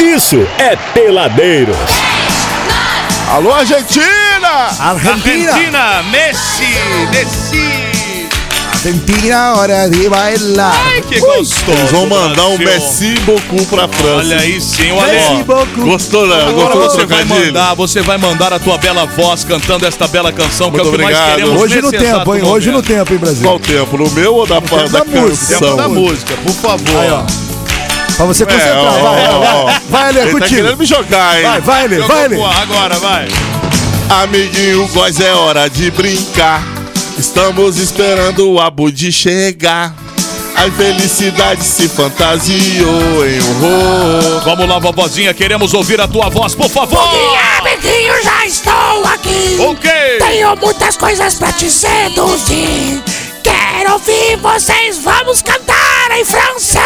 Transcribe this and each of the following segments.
isso é Peladeiros. Alô, Argentina! Argentina. Argentina, Messi, Messi. Argentina, hora de bailar. Ai, que gostoso. Eles vão mandar um Brasil. Messi Bocu pra França. Olha aí sim, o Messi, Ale. Boku. Gostou, né? Agora Gostou do você vai trocadilho? mandar, você vai mandar a tua bela voz cantando esta bela canção, que é Muito o que é obrigado. nós queremos Hoje no nesse exato tempo, hein? Hoje no momento. tempo, hein, Brasil? Qual o tempo? No meu ou da, da, tempo da da música. canção? Tempo da música, por favor. Aí, ó. Pra você concentrar. é, ó, vai, ó, vai, ó. vai. Vai, Lê, Ele tá contigo. querendo me jogar, hein? Vai, vai, Lê, Jogou vai, Lê. boa, Agora, vai. Amiguinho, góis, é hora de brincar. Estamos esperando o Abudi chegar. A felicidade se fantasiou em um rolo. Vamos lá, vovozinha, queremos ouvir a tua voz, por favor. Amiguinho, já estou aqui. Ok. Tenho muitas coisas pra te seduzir. Quero ouvir vocês, vamos cantar em francês.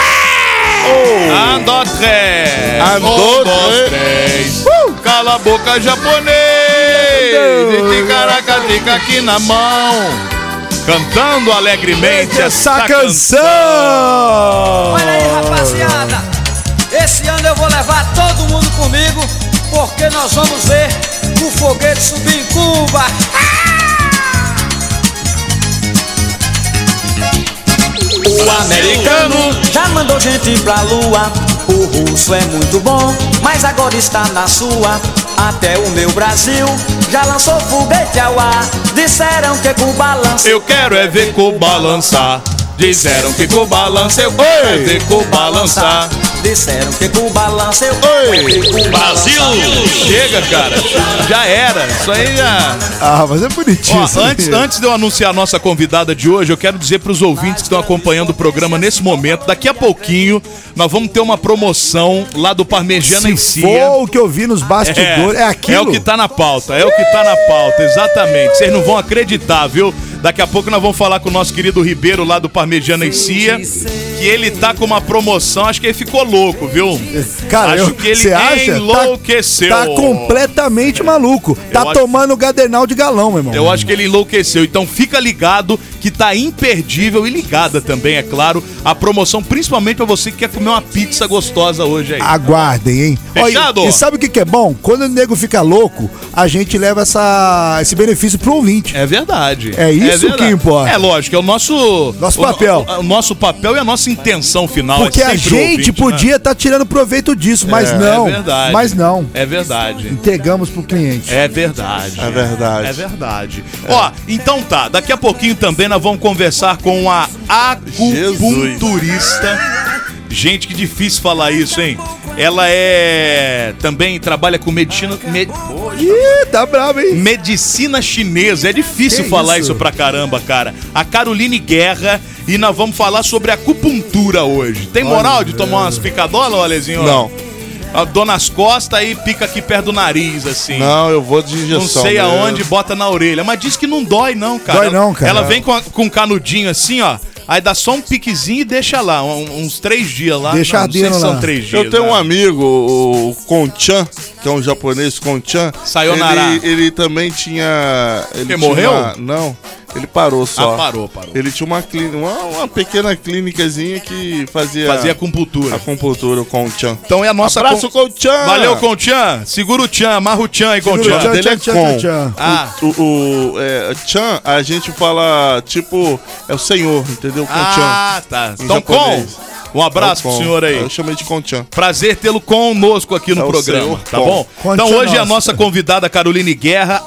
Um, dois, Um, três. dois, três. Cala a boca, japonês. E tem caraca, fica aqui na mão. Cantando alegremente tá Essa canção! Olha aí, rapaziada. Esse ano eu vou levar todo mundo comigo, porque nós vamos ver o foguete subir em Cuba. O americano já mandou gente pra lua. O russo é muito bom, mas agora está na sua. Até o meu Brasil já lançou foguete ao ar. Disseram que Cuba lança. Eu quero é ver Cuba lançar. Disseram que Cuba lança, eu quero é ver Cuba lançar. Disseram que Cuba lança. Eu Oi! Brasil! Chega, cara. Já era. Isso aí já. Ah, mas é bonitinho. Ó, isso aí. antes, antes de eu anunciar a nossa convidada de hoje, eu quero dizer para os ouvintes que estão acompanhando o programa nesse momento, daqui a pouquinho nós vamos ter uma promoção lá do Parmegiana em Se Cia. for o que eu vi nos bastidores, é, aquilo. é o que tá na pauta, é o que tá na pauta, exatamente. Vocês não vão acreditar, viu? Daqui a pouco nós vamos falar com o nosso querido Ribeiro lá do Parmegiana em Cia, que ele tá com uma promoção, acho que ele ficou louco, viu? Cara, acho eu- que ele cê acha? enlouqueceu. Tá, tá completamente maluco. Tá acho- tomando gadernal de galão, meu irmão. Eu acho que ele enlouqueceu. Então fica ligado que tá imperdível e ligada também, é claro, a promoção, principalmente pra você que quer comer uma pizza gostosa hoje aí. Aguardem, hein? Ó, e- Fechado? e, sabe o que, que é bom? Quando o nego fica louco, a gente leva essa, esse benefício pro ouvinte. É verdade. É isso que importa. É lógico, é o nosso Nosso o no- papel. O, nosso papel e a nossa intenção final. Porque é a sempre o gente ouvinte, podia estar tirando proveito disso, mas né? não. É verdade. Mas não. É verdade. Entregamos pro cliente. É verdade. É verdade. É verdade. Ó, então tá. Daqui a pouquinho também nós vamos conversar com a acupunturista. Gente, que difícil falar isso, hein? Ela é. Também trabalha com medicina. me- Ih, tá bravo, hein? Medicina chinesa, é difícil Que falar isso? isso pra caramba, cara. A Caroline Guerra e nós vamos falar sobre acupuntura hoje. Tem moral de tomar umas picadolas, Alezinho? Não. A dona nas costas e pica aqui perto do nariz, assim. Não, eu vou de Não injeção. sei mesmo. aonde, bota na orelha. Mas diz que não dói, não, cara. Dói Ela- não, cara. Ela vem com, a- com um canudinho assim, ó. Aí dá só um piquezinho e deixa lá, um- uns três dias lá. Deixa não, não sei ardendo se são lá. três dias. Eu tenho né? um amigo, o Konchan, que é um japonês Konchan. Sayonara. Ele, ele também tinha. Ele Que tinha morreu? uma- não, ele parou só. Ah, parou, parou. Ele tinha uma clínica, uma, uma pequena clínicazinha que fazia, Fazia acupuntura. acupuntura, o Konchan. Então é a nossa. Abraço, con- Konchan! Valeu, Conchan. Segura o Tchan, amarra o Tchan aí, Segura o Conchan. Tchan. dele é com. Ah. O, o- o, é, Chan, a gente fala tipo, é o senhor, entendeu? Konchan. Ah, tá. Em Então, Con, japonês. um abraço É o pro Con. senhor aí. Eu chamei de Konchan. Prazer tê-lo conosco aqui no É o programa, seu, tá Tom. bom? Conte então a hoje a nossa. nossa convidada Caroline Guerra,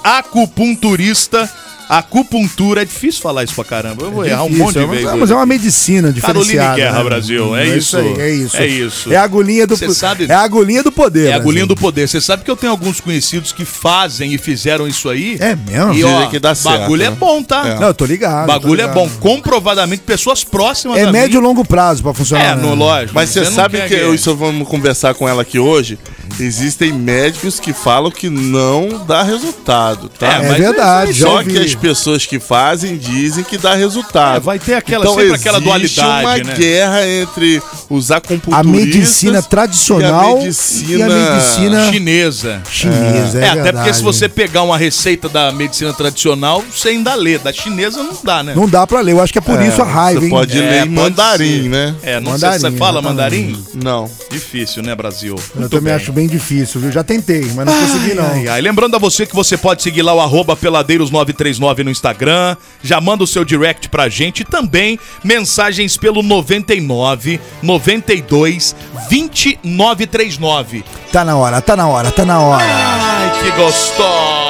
acupunturista, acupuntura, é difícil falar isso pra caramba, eu vou É errar um Isso, monte de mas- vezes. mas, hoje. é uma medicina diferenciada. Guerra, né? Brasil, é isso. aí, é isso. É isso. É a agulhinha do Você sabe- É a agulhinha do poder. É a agulhinha Brasil. do poder. Você sabe que eu tenho alguns conhecidos que fazem e fizeram isso aí? É mesmo? E ó, Dizem que dá certo, bagulho é né? bom, tá? É. Não, eu tô ligado. tô Bagulho é ligado. bom. Comprovadamente, pessoas próximas É a médio e mim. longo prazo pra funcionar. É, no né? lógico. Mas você não sabe quer que eu, isso vamos conversar com ela aqui hoje, Existem médicos que falam que não dá resultado, tá? É, É mas verdade, já Só que ouvi. as pessoas que fazem dizem que dá resultado. Então, É, vai ter aquela- sempre aquela existe dualidade, uma né? guerra entre os A acupunturistas medicina tradicional e a medicina, medicina Chinesa. chinesa. É, É, até porque se verdade. você pegar uma receita da medicina tradicional, você ainda lê. Da chinesa não dá, né? É, Não dá pra ler, eu acho que é por isso a raiva, você hein? pode ler em pode mandarim, ser. né? É, não Mandarim, sei se você fala exatamente. mandarim. Não. Difícil, né, Brasil? Eu também acho bem difícil, viu? Já tentei, mas não consegui não. Ai, ai. Lembrando a você que você pode seguir lá o arroba peladeiros939 no Instagram, já manda o seu direct pra gente e também mensagens pelo 99 92 2939. Tá na hora, tá na hora, tá na hora. Ai, que gostoso!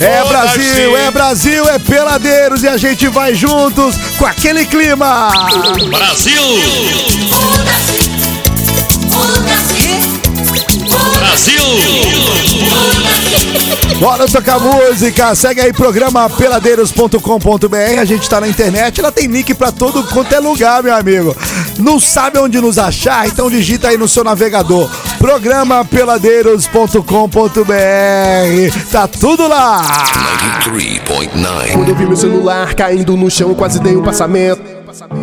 É Ô, Brasil, Darcy. é Brasil, é peladeiros e a gente vai juntos com aquele clima. Brasil! Foda-se! Foda-se! Brasil! Foda-se! Bora tocar música. Segue aí programa peladeiros.com.br. A gente tá na internet, ela tem link pra todo quanto é lugar, meu amigo. Não sabe onde nos achar? Então digita aí no seu navegador. Programa peladeiros.com.br. Tá tudo lá. 93.9 Quando eu vi meu celular caindo no chão, eu quase dei um passamento.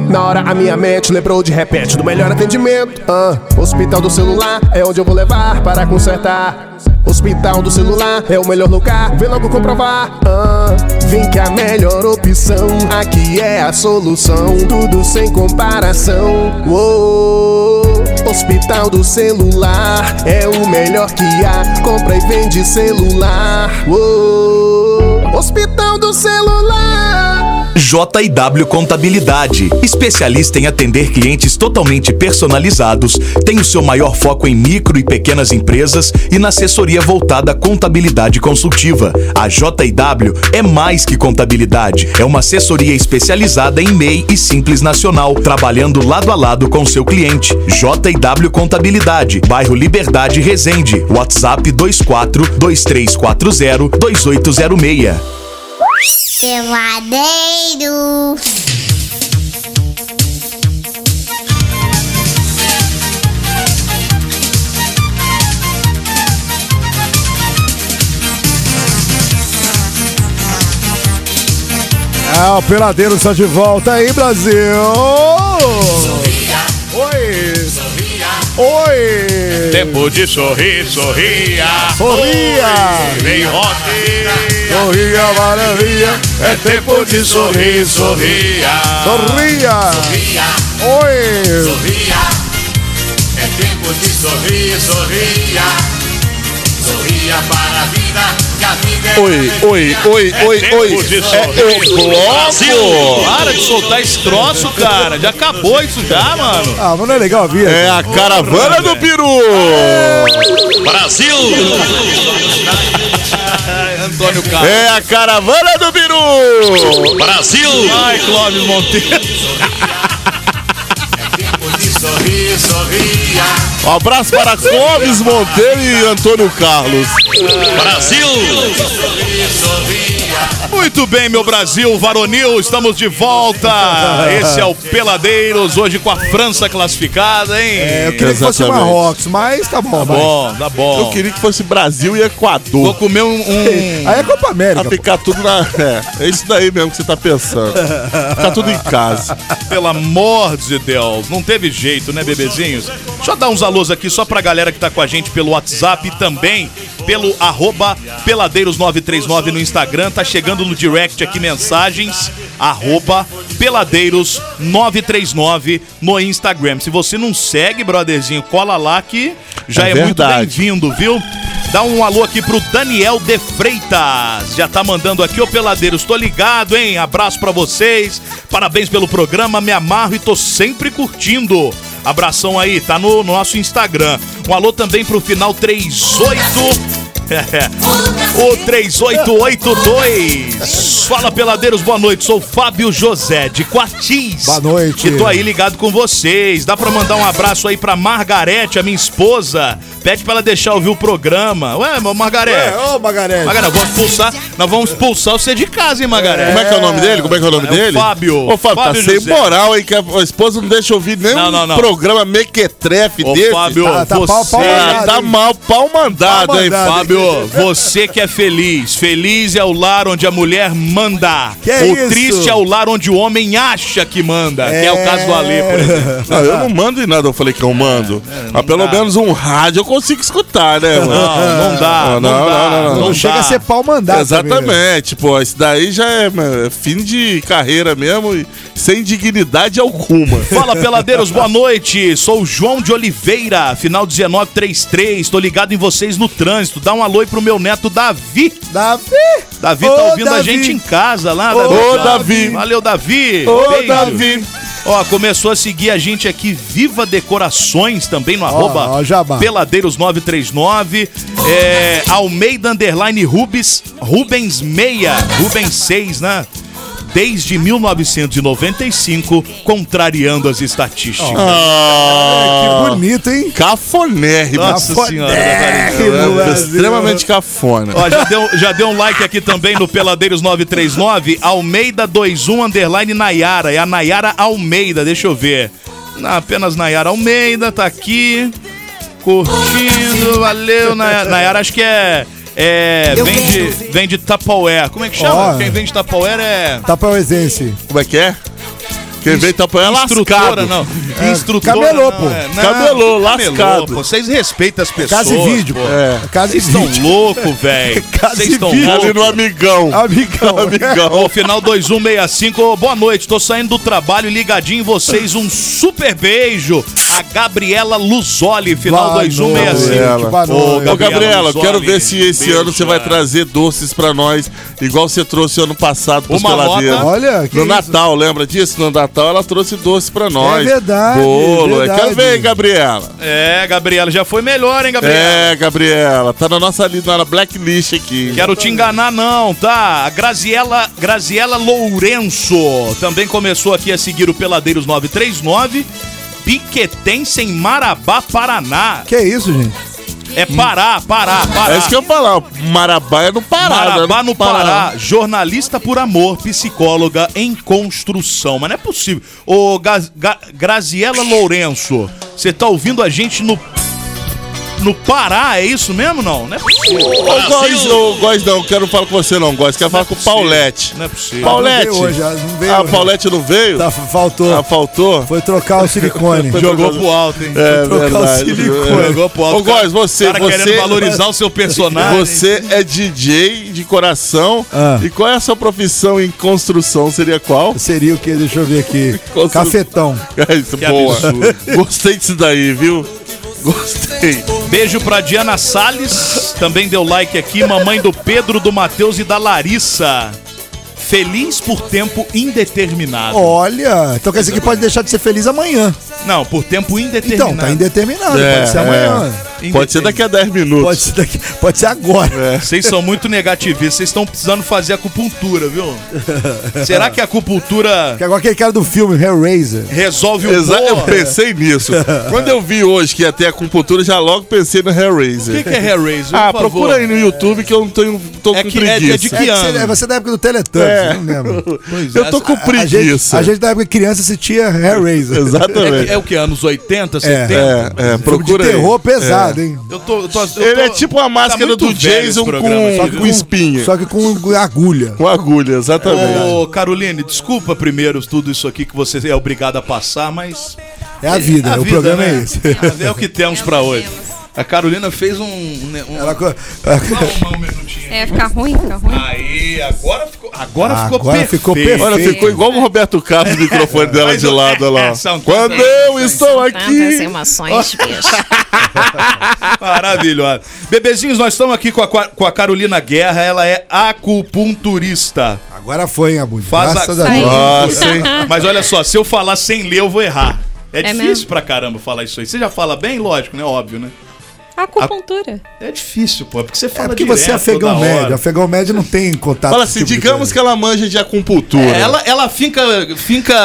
Na hora a minha mente lembrou de repente do melhor atendimento. Ah, hospital do celular é onde eu vou levar para consertar. Hospital do celular é o melhor lugar, vem logo comprovar. Ah, vem que a melhor opção aqui é a solução, tudo sem comparação. Uou, hospital do celular é o melhor que há, compra e vende celular. Uou, hospital do celular. JW Contabilidade, especialista em atender clientes totalmente personalizados, tem o seu maior foco em micro e pequenas empresas e na assessoria voltada à contabilidade consultiva. A JW é mais que contabilidade, é uma assessoria especializada em MEI e Simples Nacional, trabalhando lado a lado com seu cliente. JW Contabilidade, bairro Liberdade Resende, WhatsApp 24 2340 2806. Peladeiro! Ah, o Peladeiro está de volta aí, Brasil! Oi! Oi! É Tempo de sorrir, sorria. Sorria! Vem rock. Sorria, maravilha! É tempo de sorrir, sorria. Sorria! Oi! É tempo de sorrir, sorria. Sorria para a vida, que a vida é Oi, oi, oi, oi, tempo oi. de É o bloco. Para de soltar esse troço, cara. Já acabou isso já, mano. Ah, mas não é legal ouvir? É a caravana do peru. Brasil! Antônio Carlos. É a caravana do peru. Brasil! Ai, Clóvis Monteiro. Um abraço para Clóvis Monteiro e Antônio Carlos. Brasil! Muito bem, meu Brasil varonil, estamos de volta. Esse é o Peladeiros, hoje com a França classificada, hein? Tá É, eu queria que fosse Exatamente. Marrocos, mas tá bom. vai. Bom, tá bom. Eu queria que fosse Brasil e Vou Equador. comer um... um- Aí é Copa América. Pra pô. ficar tudo na. É, é isso daí mesmo que você tá pensando. Ficar tudo em casa. Pelo amor de Deus, não teve jeito, né, bebezinhos? Deixa eu dar uns alôs aqui só pra galera que tá com a gente pelo WhatsApp e também pelo arroba peladeiros939 no Instagram. Tá chegando no direct aqui mensagens, arroba peladeiros939 no Instagram. Se você não segue, brotherzinho, cola lá que já É é, muito verdade. bem-vindo, viu? Dá um alô aqui pro Daniel de Freitas. Já tá mandando aqui, ô Peladeiros, tô ligado, hein? Abraço pra vocês. Parabéns pelo programa, me amarro e tô sempre curtindo. Abração aí, tá no nosso Instagram. Um alô também pro final 38 o 3882. Fala, peladeiros, boa noite. Sou Fábio José de Quartins. Boa noite. E tô aí ligado com vocês. Dá pra mandar um abraço aí pra Margarete, a minha esposa. Pede pra ela deixar ouvir o programa. Ué, mas Margarete. É, ô, Magaré. Magaré, vamos expulsar, nós vamos expulsar você de casa, hein, Magaré? Como é que é o nome dele? Como é que é o nome É o dele? Fábio. Ô, Fábio, Fábio tá sem José. moral, hein? Que a a esposa não deixa ouvir nenhum Não, não, não. programa mequetrefe Ô, desse. Fábio, Tá- tá você. é Ah, pau- pau mandado, tá hein? mal, pau mandado, Pau hein, mandado, Fábio? Fábio, você que é feliz. Feliz é o lar onde a mulher manda. Que o isso? triste é o lar onde o homem acha que manda. Que é o caso do Ale, por exemplo. É, Não, eu não mando em nada, eu falei que eu mando. Mas pelo dá. menos um rádio eu consigo escutar, né, mano? Ah, Não, não dá. Não, não, não, dá, não, não. Não dá. chega a ser pau mandado. Exatamente, pô. é, tipo, Isso daí já é, mano, é fim de carreira mesmo e sem dignidade alguma. Fala, peladeiros, boa noite. Sou o João de Oliveira, final 1933. Tô ligado em vocês no trânsito. Dá um alô aí pro meu neto Davi. Davi! Davi tá Ô, ouvindo a Davi. gente em casa lá. Ô, Tá- Davi. Valeu, Davi. Ô, Beijo. Davi. Ó, começou a seguir a gente aqui, Viva Decorações, também no arroba ó, jabá. Peladeiros939, é, Almeida Underline Rubens, Rubens Meia, Rubens 6, né? Desde 1995, contrariando as estatísticas. Que bonito, hein? Cafonérrimo. Nossa Cafone- senhora. Que É, moleque. Extremamente cafona. Ó, já deu, já deu um like aqui também no Peladeiros 939, Almeida 21 underline Nayara. É a Nayara Almeida, deixa eu ver. Na- apenas Nayara Almeida, tá aqui. Curtindo, valeu, Nayara. Nayara acho que é. É. Vende, vende Tupperware. Como é que chama? Ó. Quem vende Tupperware é. Tá pra Oesense. Como é que é? Quem veio tá apanhando Instrutora, lascado. não. É, Instrutora. camelô, não, pô. é, não, Camelô, Camelô, lascado. pô. Vocês respeitam as pessoas. Casa e vídeo, pô. pô. Casa e Vocês estão vídeo. loucos, velho. Casa Vocês e estão vídeo. Ali loucos. no amigão. Amigão. é. Ó, final 2165, Ô, boa noite, tô saindo do trabalho e ligadinho em vocês, um super beijo. A Gabriela Luzoli, final Boa 2165. noite, boa Ô, noite. Ô, Gabriela, eu Luzoli, quero ver se esse beijo, ano você vai cara. trazer doces pra nós, igual você trouxe ano passado pros Uma peladeiros. nota. Olha, que No isso. É Natal, lembra disso? No Natal ela trouxe doce pra nós. verdade, Bolo. é, verdade. Quero ver, hein, Gabriela. É, Gabriela, já foi melhor, hein, Gabriela? É, Gabriela. Tá na nossa li- na blacklist aqui. Quero te enganar não, tá? A Graziela, Graziela Lourenço também começou aqui a seguir o Peladeiros 939. Piquetense em Marabá, Paraná. Que isso, gente? É Pará, Pará, Pará. É isso que eu ia falar. Marabá é no Pará. né? Marabá no Pará, jornalista por amor, psicóloga em construção. Mas não é possível. Ô, Ga- Ga- Graziela Lourenço, você tá ouvindo a gente no. No Pará, é isso mesmo? Não, não é possível. Ô, Góis, ô, Góis, não. Quero falar com você, não, Góis. Quero falar com o Paulette. Não é possível. Paulette. Não veio hoje, ela não veio ah, hoje. Paulette não veio? Tá, faltou. Ah, faltou? Foi trocar o silicone. Jogou pro alto, hein? É trocar o verdade. silicone. Jogou pro alto. Ô, Góis, você, O cara você, querendo valorizar o seu personagem. você é DJ de coração. Ah. E qual é a sua profissão em construção? Seria qual? Seria o que? Deixa eu ver aqui. Qual- Cafetão. É isso, Que boa. absurdo. Gostei disso daí, viu? Gostei. Beijo pra Diana Salles, também deu like aqui, mamãe do Pedro, do Matheus e da Larissa. Feliz por tempo indeterminado. Olha, então quer dizer que pode deixar de ser feliz amanhã. Não, por tempo indeterminado. Então, tá indeterminado. É, pode ser é. amanhã. Pode ser daqui a 10 minutos. Pode ser, daqui, pode ser agora. Vocês são muito negativistas, vocês estão precisando fazer acupuntura, viu? Será que a acupuntura Que agora aquele cara do filme, Hellraiser. resolve o Exa eu humor? pensei nisso. Quando eu vi hoje que ia ter acupuntura, já logo pensei no O Hellraiser. que, que é Hellraiser? ah, Por favor. procura aí no YouTube que eu não tenho, tô É com que- é- é preguiça. de É que ano? você, é, você é da época do Teletubbies, É. não lembro. é. Eu tô com A gente, preguiça. a gente da época criança assistia Hellraiser. É, Exatamente. é o que? Anos 80, É, 70? é, Filme procura de aí. terror pesado, hein? Eu tô, eu tô- eu tô- tá Ele é tipo a máscara muito do velho esse Jason com, programa aqui, viu? com espinha. Só que com agulha. Com agulha, exatamente. Ô, Caroline, desculpa primeiro tudo isso aqui que você é obrigado a passar, mas. É a vida, o programa né? é esse. É o que temos pra hoje. A Carolina fez um. né, um- Ela co- Só arrumar um minutinho. É, fica ruim, fica ruim. Aí, agora ficou. Agora, ficou Agora perfeito. ficou perfeito. Olha, ficou igual o Roberto Carlos o microfone dela Mas de o- lado, olha lá. São Quando tantas eu estou Tantas aqui. emoções, bicho. Maravilhoso. Bebezinhos, nós estamos aqui com a, Qua- com a Carolina Guerra, ela é acupunturista. Agora foi, hein, Abud? Faz Graças a- a Deus. É, Nossa, hein? Mas olha só, se eu falar sem ler, eu vou errar. É, difícil mesmo? pra caramba falar isso aí. Você já fala bem? Lógico, né? Óbvio, né? Acupuntura. É difícil, pô. É porque você É fala porque você é direto afegão toda hora. médio. Afegão médio não tem contato Fala com assim, esse tipo de digamos que ela manja de acupuntura. É, ela, ela finca, finca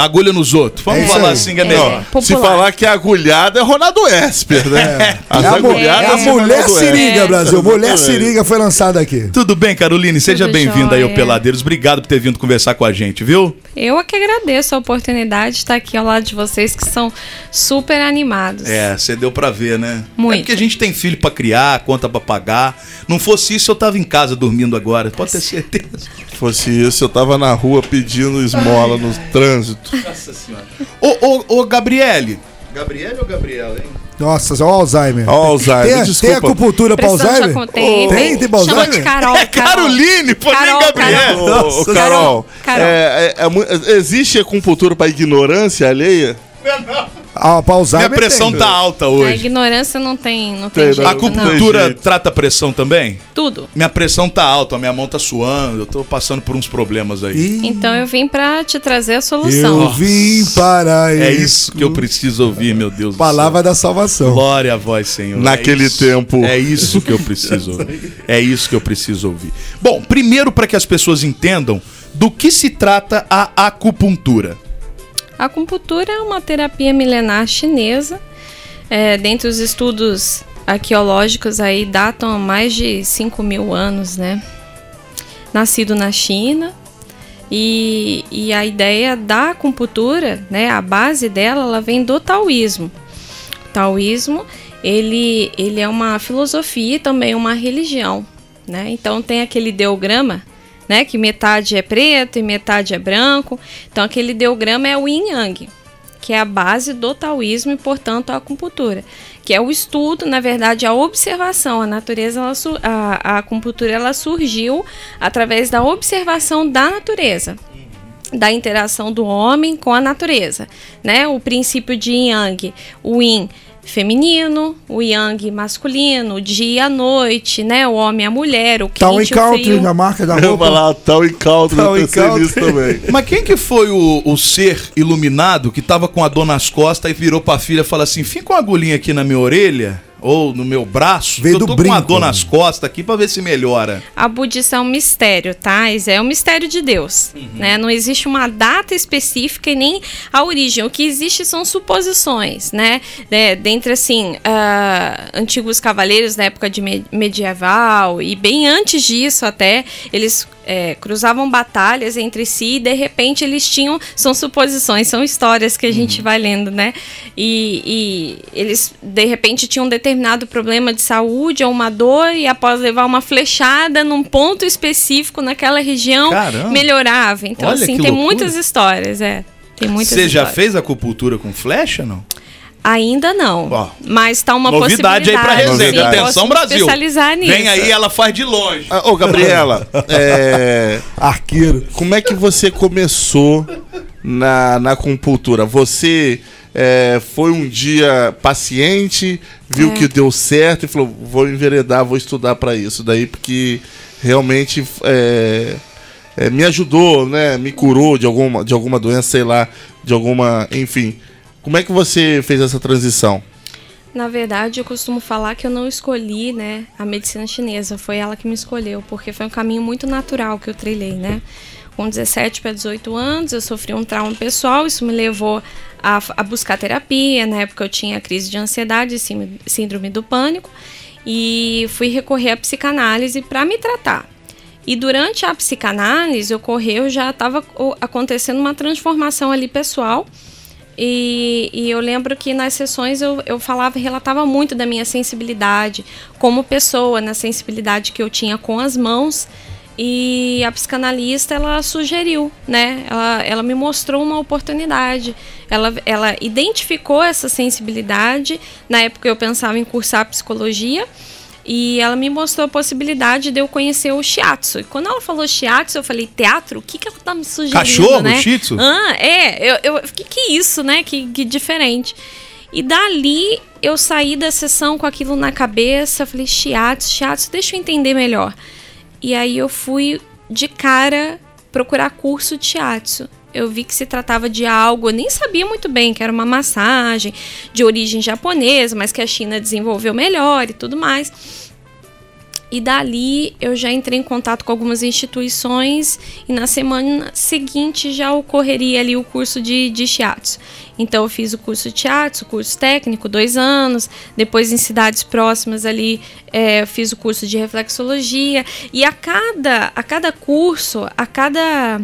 agulha nos outros. Vamos É isso falar aí. assim, que é melhor. Ó, se falar que é agulhada, é Ronaldo Esper, né? As coisa. É a, mu- agulhadas é a são mulher Ronaldo seringa, Esper. Brasil. Mulher Exatamente. seringa foi lançada aqui. Tudo bem, Caroline? Seja Tudo bem-vinda aí ao jóia. Peladeiros. Obrigado por ter vindo conversar com a gente, viu? Eu é que agradeço a oportunidade de estar aqui ao lado de vocês que são super animados. É, você deu pra ver, né? É Muito. porque a gente tem filho pra criar, conta pra pagar. Não fosse isso, eu tava em casa dormindo agora. Pode ter certeza. Se fosse isso, eu tava na rua pedindo esmola no trânsito. Nossa senhora. Ô, ô, ô, Gabriele. Gabriele ou Gabriela, hein? Nossa, olha o Alzheimer. Ó, Ah, Alzheimer, Tem, tem desculpa. acupuntura pra Precisamos de Alzheimer? acon- tem, tem, tem. tem pra Chama Alzheimer? de Carol, É Carol. Caroline, pô, nem Carol, Gabriel. Carol. É. Ô, ô, Nossa, Carol, Carol. é- é- é mu- existe acupuntura pra ignorância alheia? Ah, pra Alzheimer Minha pressão tem. tá alta A hoje. É, ignorância não tem, não Tem, tem, não. jeito, A não. acupuntura trata pressão também? Tudo. Minha pressão tá alta, a minha mão tá suando, eu tô passando por uns problemas aí. Ih, Então eu vim pra te trazer a solução. Eu vim para É isso que eu preciso ouvir, meu Deus do Palavra da céu. salvação. Glória a voz, Senhor. Naquele É isso. tempo. É isso que eu preciso ouvir. É isso que eu preciso ouvir. Bom, primeiro para que as pessoas entendam do que se trata a acupuntura. A acupuntura é uma terapia milenar chinesa. É, dentre os estudos arqueológicos aí datam há mais de 5 mil anos, né? Nascido na China. E, e a ideia da acupuntura, né, a base dela, ela vem do taoísmo. O taoísmo, ele, ele é uma filosofia e também uma religião, né? Então tem aquele ideograma, né, que metade é preto e metade é branco. Então aquele ideograma é o yin yang, que é a base do taoísmo e, portanto, a acupuntura, que é o estudo, na verdade, a observação. A natureza, ela, su- a, a acupuntura, ela surgiu através da observação da natureza da interação do homem com a natureza, né? O princípio de yin yang, o yin feminino, o yang masculino, o dia e a noite, né? O homem e a mulher, o quente Tá um e o encounter frio. na marca da Eu ia roupa. falar tal encounter, Tal eu pensei encounter. nisso também. Mas quem que foi o, o ser iluminado que tava com a dor nas costas e virou pra filha e falou assim: fica uma agulhinha aqui na minha orelha ou no meu braço, Veio que eu do tô com uma brinco, dor né? nas costas aqui pra ver se melhora. A budista é um mistério, tá? Isso é um mistério de Deus, né? Não existe uma data específica e nem a origem. O que existe são suposições, né? né? Dentre, assim, ah, antigos cavaleiros da época de me- medieval e bem antes disso até, eles é, cruzavam batalhas entre si e de repente eles tinham. São suposições, são histórias que a gente Uhum. vai lendo, né? E, e eles de repente tinham um determinado problema de saúde ou uma dor, e após levar uma flechada num ponto específico naquela região, Caramba. melhorava. Então, Olha assim, que tem loucura. muitas histórias, é. Tem muitas Você já histórias. fez acupuntura com flecha, não? Ainda não. Ó, mas tá uma Novidade aí pra possibilidade. resenha. Novidade. Posso Atenção, me Brasil. Especializar nisso. Vem aí, ela faz de longe. Ah, Ô, Gabriela, é, Arqueiro. como é que você começou na, na acupuntura? Você é, foi um dia paciente, viu que deu certo e falou, vou enveredar, vou estudar pra isso. Daí porque realmente é, é, me ajudou, né? Me curou de alguma, de alguma doença, sei lá, de alguma... Enfim, como é que você fez essa transição? Na verdade, eu costumo falar que eu não escolhi, né, a medicina chinesa, foi ela que me escolheu, porque foi um caminho muito natural que eu trilhei, né? Com 17 para 18 anos, eu sofri um trauma pessoal, isso me levou a, a buscar terapia, na época eu tinha crise de ansiedade, e sínd- síndrome do pânico, e fui recorrer à psicanálise para me tratar. E durante a psicanálise ocorreu, já estava acontecendo uma transformação ali pessoal. E, e eu lembro que nas sessões eu, eu falava, relatava muito da minha sensibilidade como pessoa, na sensibilidade que eu tinha com as mãos. E a psicanalista ela sugeriu, né? Ela, ela me mostrou uma oportunidade. Ela, ela identificou essa sensibilidade. Na época eu pensava em cursar psicologia. E ela me mostrou a possibilidade de eu conhecer o shiatsu. E quando ela falou shiatsu, eu falei, teatro? O que, que ela tá me sugerindo, Cachorro, né? shih tzu? Ah, é. Eu, eu, que que é isso, né? Que, que diferente. E dali, eu saí da sessão com aquilo na cabeça. Eu falei, shiatsu, shiatsu, deixa eu entender melhor. E aí, eu fui de cara procurar curso de shiatsu. eu vi que se tratava de algo, eu nem sabia muito bem que era uma massagem de origem japonesa, mas que a China desenvolveu melhor e tudo mais. E dali eu já entrei em contato com algumas instituições e na semana seguinte já ocorreria ali o curso de, de shiatsu. Então eu fiz o curso de shiatsu, curso técnico, dois anos. Depois em cidades próximas ali é, eu fiz o curso de reflexologia. E a cada, a cada curso, a cada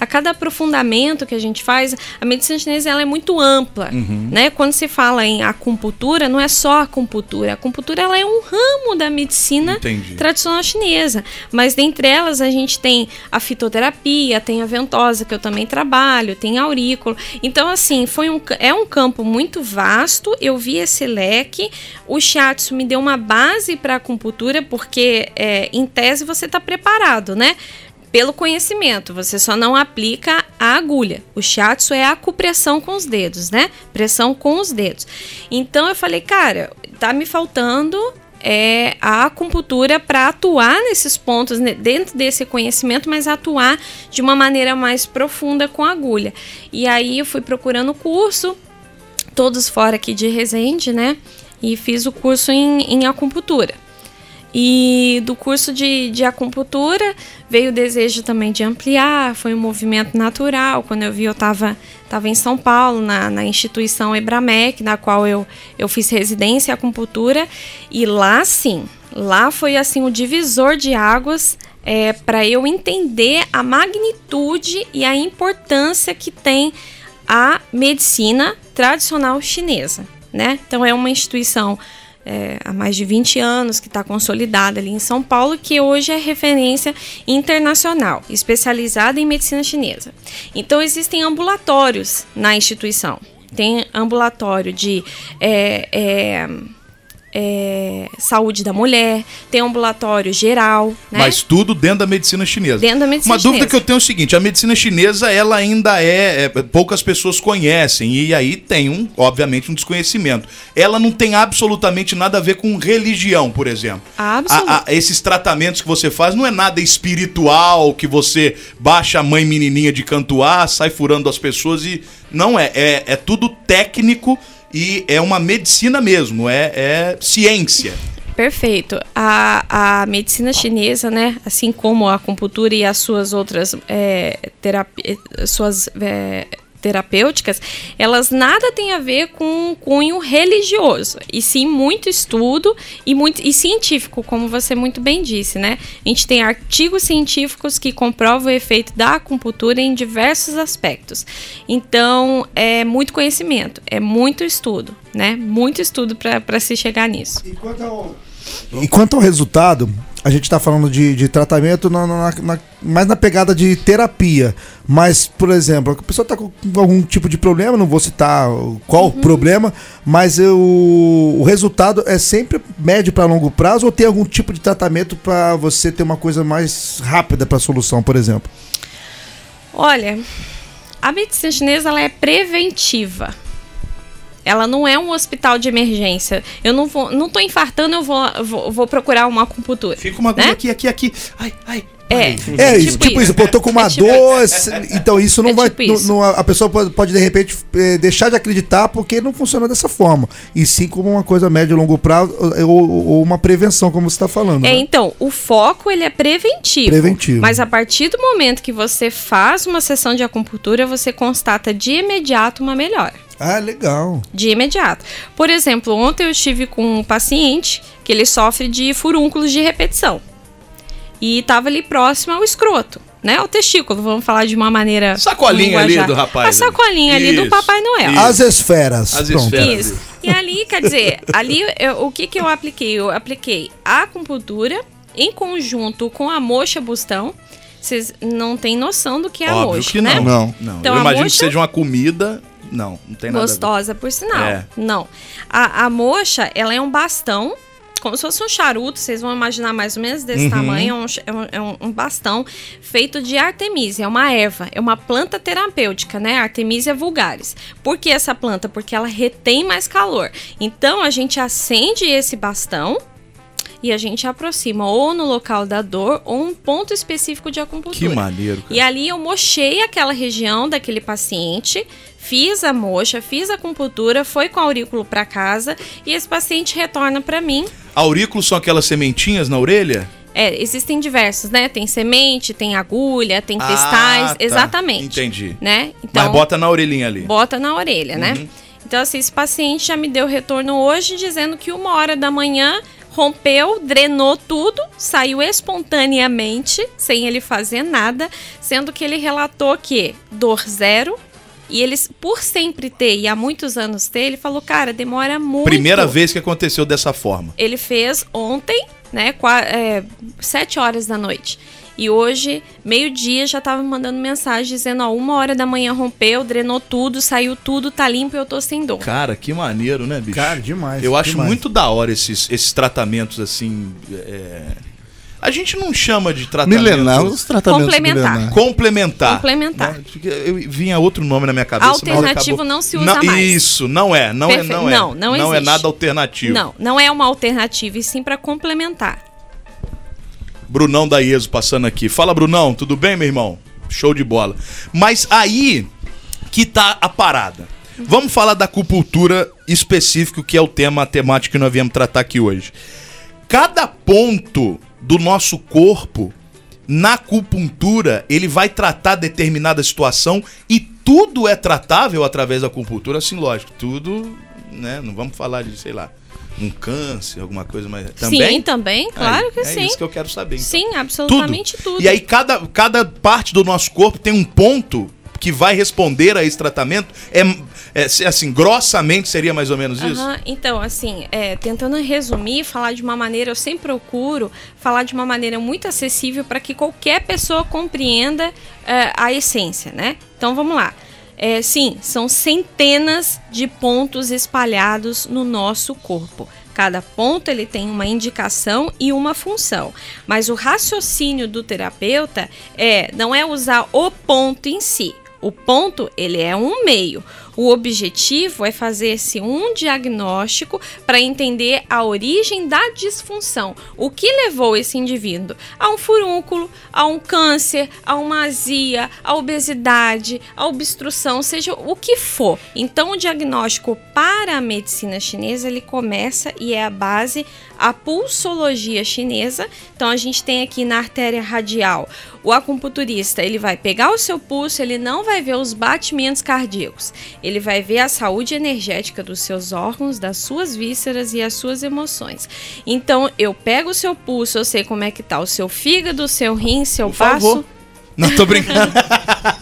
a cada aprofundamento que a gente faz, a medicina chinesa ela é muito ampla, Uhum. né? Quando se fala em acupuntura, não é só acupuntura. A acupuntura ela é um ramo da medicina Entendi. tradicional chinesa, mas dentre elas a gente tem a fitoterapia, tem a ventosa que eu também trabalho, tem a aurículo. Então assim, foi um ca- é um campo muito vasto. Eu vi esse leque. O shiatsu me deu uma base para acupuntura porque é, em tese você está preparado, né? pelo conhecimento, você só não aplica a agulha. O shiatsu é a acupressão com os dedos, né? Pressão com os dedos. Então eu falei, cara, tá me faltando é, a acupuntura para atuar nesses pontos né, dentro desse conhecimento, mas atuar de uma maneira mais profunda com a agulha. E aí eu fui procurando curso, todos fora aqui de Resende, né? E fiz o curso em, em acupuntura. E do curso de, de acupuntura veio o desejo também de ampliar, foi um movimento natural. Quando eu vi, eu estava tava em São Paulo, na, na instituição Ebramec, na qual eu, eu fiz residência em acupuntura. E lá sim, lá foi assim o divisor de águas é, para eu entender a magnitude e a importância que tem a medicina tradicional chinesa, né? Então é uma instituição é, há mais de 20 anos que está consolidada ali em São Paulo, que hoje é referência internacional, especializada em medicina chinesa. Então existem ambulatórios na instituição. Tem ambulatório de é, é, é, saúde da mulher, tem ambulatório geral, né? Mas tudo dentro da medicina chinesa. Dentro da medicina Uma dúvida chinesa. que eu tenho é o seguinte: a medicina chinesa, ela ainda é, é, Poucas pessoas conhecem. E aí tem, um, obviamente, um desconhecimento. Ela não tem absolutamente nada a ver com religião, por exemplo. Ah, Absoluto. A- a- esses tratamentos que você faz não é nada espiritual que você baixa a mãe menininha de cantuar, sai furando as pessoas e. Não é. É, é tudo técnico e é uma medicina mesmo. É, é ciência. Perfeito. A, a medicina chinesa, né, assim como a acupuntura e as suas outras é, terapi- eh, suas é, terapêuticas, elas nada tem a ver com um cunho religioso, e sim muito estudo e muito e científico, como você muito bem disse, né? A gente tem artigos científicos que comprovam o efeito da acupuntura em diversos aspectos. Então, é muito conhecimento, é muito estudo, né? Muito estudo para se chegar nisso. E quanto ao resultado, a gente tá falando de, de tratamento na- na- na- mais na pegada de terapia. Mas, por exemplo, a pessoa tá com algum tipo de problema, não vou citar qual o problema, mas eu- o resultado é sempre médio para longo prazo ou tem algum tipo de tratamento para você ter uma coisa mais rápida para solução, por exemplo? Olha, a medicina chinesa ela é preventiva. Ela não é um hospital de emergência. Eu não vou, não tô infartando, eu vou, eu vou, eu vou procurar uma acupuntura. Fica uma agulha aqui, aqui, aqui. Ai, ai. É, É, isso, tipo isso, pô, tô com uma dor. se- Então, isso não vai. não- isso. não- a pessoa pode, pode, de repente, eh, deixar de acreditar porque não funciona dessa forma. E sim como uma coisa médio e longo prazo, eh, ou, ou- ou uma prevenção, como você tá falando. É, né? então, o foco ele é preventivo. Preventivo. Mas a partir do momento que você faz uma sessão de acupuntura, você constata de imediato uma melhora. Ah, legal. De imediato. Por exemplo, ontem eu estive com um paciente que ele sofre de furúnculos de repetição. E estava ali próximo ao escroto, né? Ao testículo, vamos falar de uma maneira. Sacolinha ali linguajar. do rapaz né? A sacolinha ali, do Isso, é. Papai Noel. As esferas. As pronto. esferas. Isso. E ali, quer dizer, ali eu- o que, que eu apliquei? Eu apliquei a acupuntura em conjunto com a moxa bustão. Vocês não têm noção do que é a Óbvio moxa, que né? não. Não, não. Então, Eu a imagino moxa- que seja uma comida. Não, não tem nada. a ver. Gostosa, por sinal. É. Não. A, a moxa, ela é um bastão, como se fosse um charuto, vocês vão imaginar mais ou menos desse Uhum. tamanho. É um, ch- é um- é um- um bastão feito de artemisia, é uma erva, é uma planta terapêutica, né? Artemisia vulgaris. Por que essa planta? Porque ela retém mais calor. Então, a gente acende esse bastão e a gente aproxima ou no local da dor ou um ponto específico de acupuntura. Que maneiro, cara. E ali eu mochei aquela região daquele paciente, fiz a mocha, fiz a acupuntura, foi com o aurículo para casa e esse paciente retorna para mim. Aurículos são aquelas sementinhas na orelha? É, existem diversos, né? Tem semente, tem agulha, tem cristais, Ah, tá. exatamente. Entendi. Né? Mas bota na orelhinha ali. Bota na orelha, né? Uhum. Então, assim, esse paciente já me deu retorno hoje dizendo que uma hora da manhã rompeu, drenou tudo, saiu espontaneamente, sem ele fazer nada, sendo que ele relatou que dor zero. E eles, por sempre ter, e há muitos anos ter, ele falou, cara, demora muito. Primeira vez que aconteceu dessa forma. Ele fez ontem, né, qua- é, sete horas da noite. E hoje, meio-dia, já tava me mandando mensagem dizendo, ó, uma hora da manhã rompeu, drenou tudo, saiu tudo, tá limpo e eu tô sem dor. Cara, que maneiro, né, bicho? Cara, demais, Eu acho demais. muito da hora esses, esses tratamentos assim. é, A gente não chama de tratamento. Milenar, os tratamentos Complementar. milenar. Complementar. Né? Complementar. Eu vinha outro nome na minha cabeça. mas Alternativo acabou. não se usa mais. Isso, não é, não Perfe- é, não é. não, não é existe. nada alternativo. Não, não é uma alternativa, e sim pra complementar. Brunão da IESO passando aqui. Fala, Brunão, tudo bem, meu irmão? Show de bola. Mas aí que tá a parada. Vamos falar da acupuntura específico, que é o tema a temática que nós viemos tratar aqui hoje. Cada ponto do nosso corpo, na acupuntura, ele vai tratar determinada situação e tudo é tratável através da acupuntura, assim, lógico. Tudo, né? Não vamos falar de, sei lá, um câncer, alguma coisa, mas também. Sim, também, claro Aí, que é sim. isso que eu quero saber, então. Sim, absolutamente tudo. E aí cada, cada parte do nosso corpo tem um ponto que vai responder a esse tratamento. É, é, se- assim, grossamente seria mais ou menos isso? Aham, Então, assim, é, tentando resumir, falar de uma maneira, eu sempre procuro falar de uma maneira muito acessível para que qualquer pessoa compreenda é, a essência, né? Então vamos lá. É, sim, são centenas de pontos espalhados no nosso corpo. Cada ponto ele tem uma indicação e uma função, mas o raciocínio do terapeuta é não é usar o ponto em si. O ponto ele é um meio. O objetivo é fazer-se um diagnóstico para entender a origem da disfunção. O que levou esse indivíduo a um furúnculo, a um câncer, a uma azia, a obesidade, a obstrução, seja o que for. Então, o diagnóstico para a medicina chinesa ele começa e é a base a pulsologia chinesa. Então, a gente tem aqui na artéria radial o acupunturista ele vai pegar o seu pulso, ele não vai ver os batimentos cardíacos, ele vai ver a saúde energética dos seus órgãos, das suas vísceras e as suas emoções. Então eu pego o seu pulso, eu sei como é que tá o seu fígado, o seu rim, seu Por baço. favor. Não, tô brincando. Tá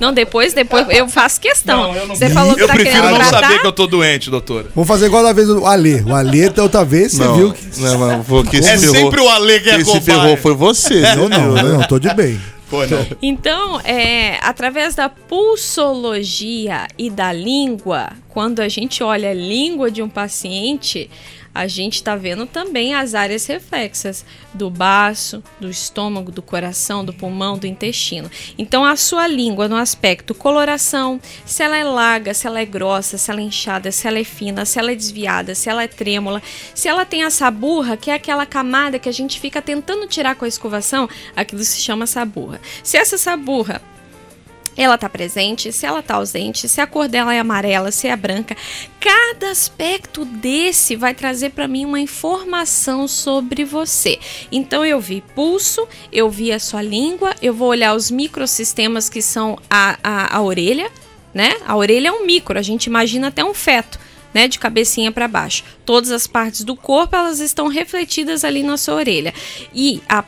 Não, depois, depois eu faço questão. Você falou que eu tá prefiro querendo não tratar. saber que eu tô doente, doutora. Vamos fazer igual da vez do Alê. O Alê, da outra vez, você Não, viu que. não, mas foi que É se ferrou. sempre o Ale que é Quem se cobaia. ferrou foi você. né? Eu não, né? eu não, tô de bem. Pô, não. Então, é, através da pulsologia e da língua, quando a gente olha a língua de um paciente, a gente está vendo também as áreas reflexas do baço, do estômago, do coração, do pulmão, do intestino. Então, a sua língua, no aspecto coloração, se ela é larga, se ela é grossa, se ela é inchada, se ela é fina, se ela é desviada, se ela é trêmula, se ela tem essa burra, que é aquela camada que a gente fica tentando tirar com a escovação, aquilo se chama saburra. Se essa saburra ela tá presente, se ela tá ausente, se a cor dela é amarela, se é branca. Cada aspecto desse vai trazer para mim uma informação sobre você. Então eu vi pulso, eu vi a sua língua, eu vou olhar os microsistemas que são a, a, a orelha, né? A orelha é um micro, a gente imagina até um feto. Né, de cabecinha para baixo. Todas as partes do corpo elas estão refletidas ali na sua orelha. E a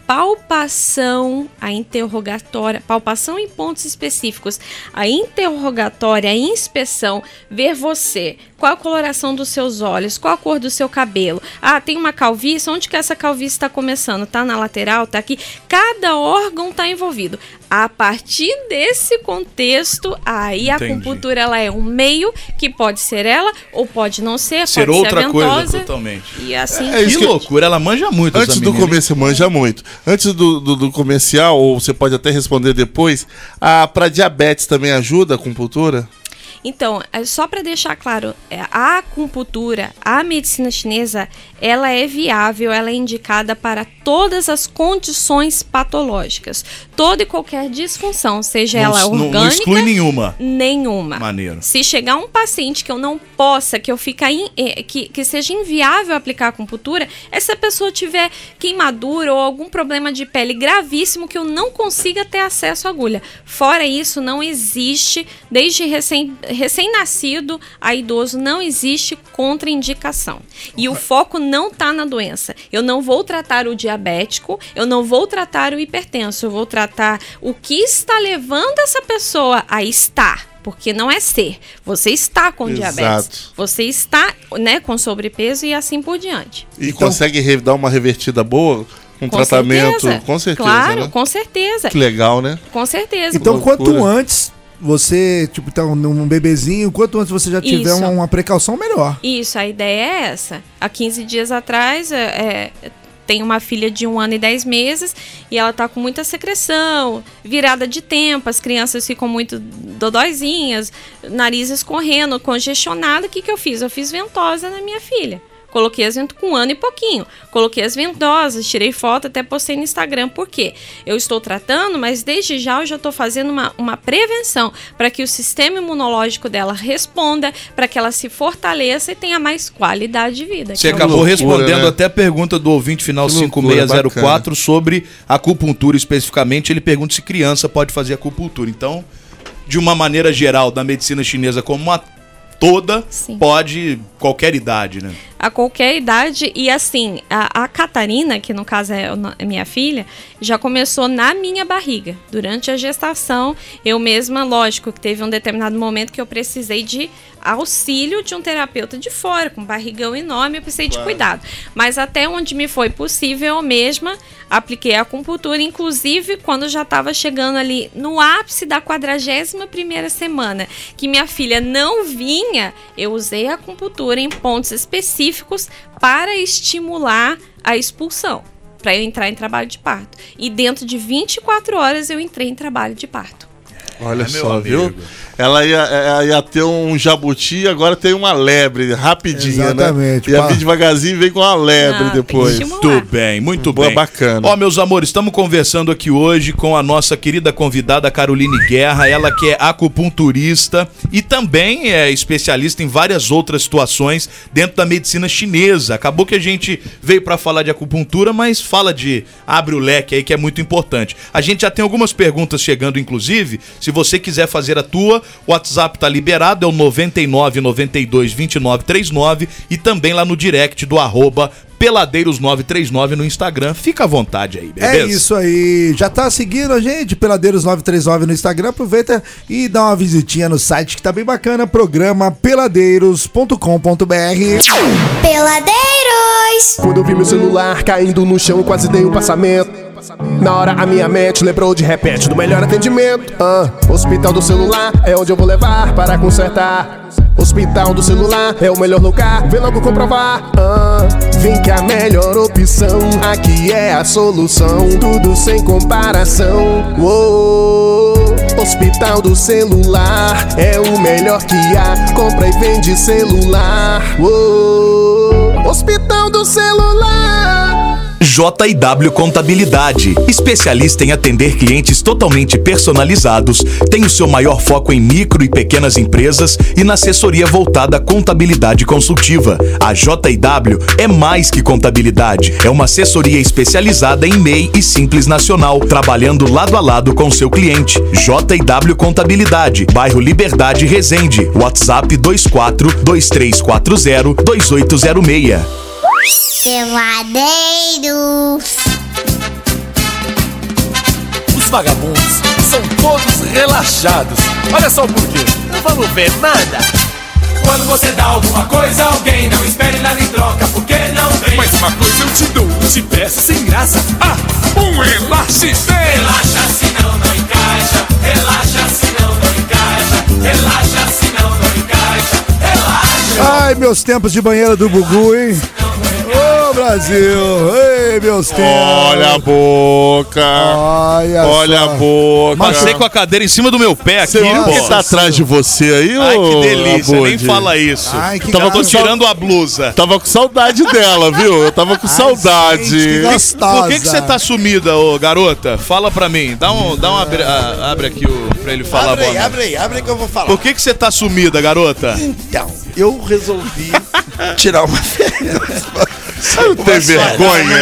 palpação, a interrogatória, palpação em pontos específicos, a interrogatória, a inspeção, ver você, qual a coloração dos seus olhos, qual a cor do seu cabelo. Ah, tem uma calvície, onde que essa calvície está começando? Tá na lateral, tá aqui? Cada órgão tá envolvido. A partir desse contexto, aí a Entendi. acupuntura ela é um meio que pode ser ela ou pode não ser, Ser pode outra ser coisa ventosa. totalmente. E assim É isso que loucura, ela manja muito Antes essa do menina. começo, manja muito. Antes do, do, do comercial, ou você pode até responder depois, a, pra diabetes também ajuda a acupuntura? Então, é só para deixar claro, é, a acupuntura, a medicina chinesa, ela é viável, ela é indicada para todas as condições patológicas, toda e qualquer disfunção, seja Não- ela não- não orgânica, exclui nenhuma. nenhuma. Maneiro. Se chegar um paciente que eu não possa, que eu ficar in- eh, que, que seja inviável aplicar acupuntura, essa pessoa tiver queimadura ou algum problema de pele gravíssimo que eu não consiga ter acesso à agulha. Fora isso, não existe, desde recém- recém-nascido a idoso, não existe contraindicação. E o foco não tá na doença. Eu não vou tratar o diabético, eu não vou tratar o hipertenso, eu vou tratar o que está levando essa pessoa a estar. Porque não é ser. Você está com Exato. diabetes. Você está né, com sobrepeso e assim por diante. E consegue Então, re- dar uma revertida boa? Um tratamento? Com certeza, Claro, né? com certeza. Que legal, né? Com certeza. Então, quanto antes você, tipo, tá num num bebezinho, quanto antes você já tiver Isso. uma, uma precaução, melhor. Isso, a ideia é essa. Há 15 dias atrás, é, é, tem uma filha de um ano e 10 meses e ela tá com muita secreção, virada de tempo, as crianças ficam muito dodóizinhas, nariz escorrendo, congestionado. O que, que eu fiz? Eu fiz ventosa na minha filha. Coloquei as ventosas com um ano e pouquinho. Coloquei as ventosas, tirei foto, até postei no Instagram. Por quê? Eu estou tratando, mas desde já eu já estou fazendo uma, uma prevenção para que o sistema imunológico dela responda, para que ela se fortaleça e tenha mais qualidade de vida. Você que é o acabou bom. respondendo até a pergunta do ouvinte final né? Que loucura, 5604 sobre acupuntura especificamente. Ele pergunta se criança pode fazer acupuntura. Então, de uma maneira geral, da medicina chinesa como uma toda, pode qualquer idade, né? a qualquer idade. E assim, a, a Catarina, que no caso é o no- é minha filha, já começou na minha barriga. Durante a gestação, eu mesma, lógico, que teve um determinado momento que eu precisei de auxílio de um terapeuta de fora, com um barrigão enorme, eu precisei de Claro. cuidado. Mas até onde me foi possível, eu mesma apliquei a acupuntura, inclusive quando já estava chegando ali no ápice da 41 primeira semana, que minha filha não vinha, eu usei a acupuntura em pontos específicos para estimular a expulsão, para eu entrar em trabalho de parto. E dentro de 24 horas eu entrei em trabalho de parto. Olha É, meu só, amigo. viu? Ela ia, ela ia ter um jabuti, agora tem uma lebre, rapidinho, Exatamente, né? E a pá. vir devagarzinho e vem com uma lebre Ah, tem depois. que estimular. Muito bem, muito Boa, bem. bacana. Ó, meus amores, estamos conversando aqui hoje com a nossa querida convidada Caroline Guerra, ela que é acupunturista e também é especialista em várias outras situações dentro da medicina chinesa. Acabou que a gente veio para falar de acupuntura, mas fala de abre o leque aí que é muito importante. A gente já tem algumas perguntas chegando inclusive, se você quiser fazer a tua, o WhatsApp tá liberado, é o 99 92 29 39 e também lá no direct do arroba Peladeiros939 no Instagram. Fica à vontade aí, beleza? É isso aí. Já tá seguindo a gente, Peladeiros939 no Instagram. Aproveita e dá uma visitinha no site que tá bem bacana, programa peladeiros.com.br. Peladeiros! Quando eu vi meu celular caindo no chão, eu quase dei um passamento. Na hora a minha mente lembrou de repente do melhor atendimento. Ah, hospital do celular é onde eu vou levar para consertar. Hospital do celular é o melhor lugar, vem logo comprovar. Ah, vem que a melhor opção aqui é a solução, tudo sem comparação. Uou, hospital do celular é o melhor que há, compra e vende celular. Uou, hospital do celular. JW Contabilidade, especialista em atender clientes totalmente personalizados, tem o seu maior foco em micro e pequenas empresas e na assessoria voltada à contabilidade consultiva. A JW é mais que contabilidade, é uma assessoria especializada em MEI e Simples Nacional, trabalhando lado a lado com seu cliente. JW Contabilidade, bairro Liberdade Resende, WhatsApp 24 2340 2806. Peladeiros. Os vagabundos são todos relaxados. Olha só por quê. Não vamos ver nada. Quando você dá alguma coisa a alguém, não espere nada em troca, porque não vem. Mas uma coisa eu te dou, te peço sem graça. Ah, um relaxe Relaxa se não, não encaixa. Relaxa se não, não encaixa. Relaxa se não, não encaixa. Ai, meus tempos de banheira do Gugu, hein? Ô, Brasil. Ei, meus filhos. Olha a boca. Olha, a boca. Passei com a cadeira em cima do meu pé aqui, Você viu pô. que tá atrás de você aí, Ai, que ô, delícia, nem Abud? fala isso. Ai, que Tava gato. tô tirando a blusa. Tava com saudade dela, viu? Eu tava com saudade. Por Ah, que que você tá sumida, ô garota? Fala pra mim. Dá um, dá um abre, a- abre aqui o, pra ele falar Abre aí, boa noite. abre aí, abre aí que eu vou falar. Por que que você tá sumida, garota? Então, eu resolvi tirar uma férias. Não tem vergonha.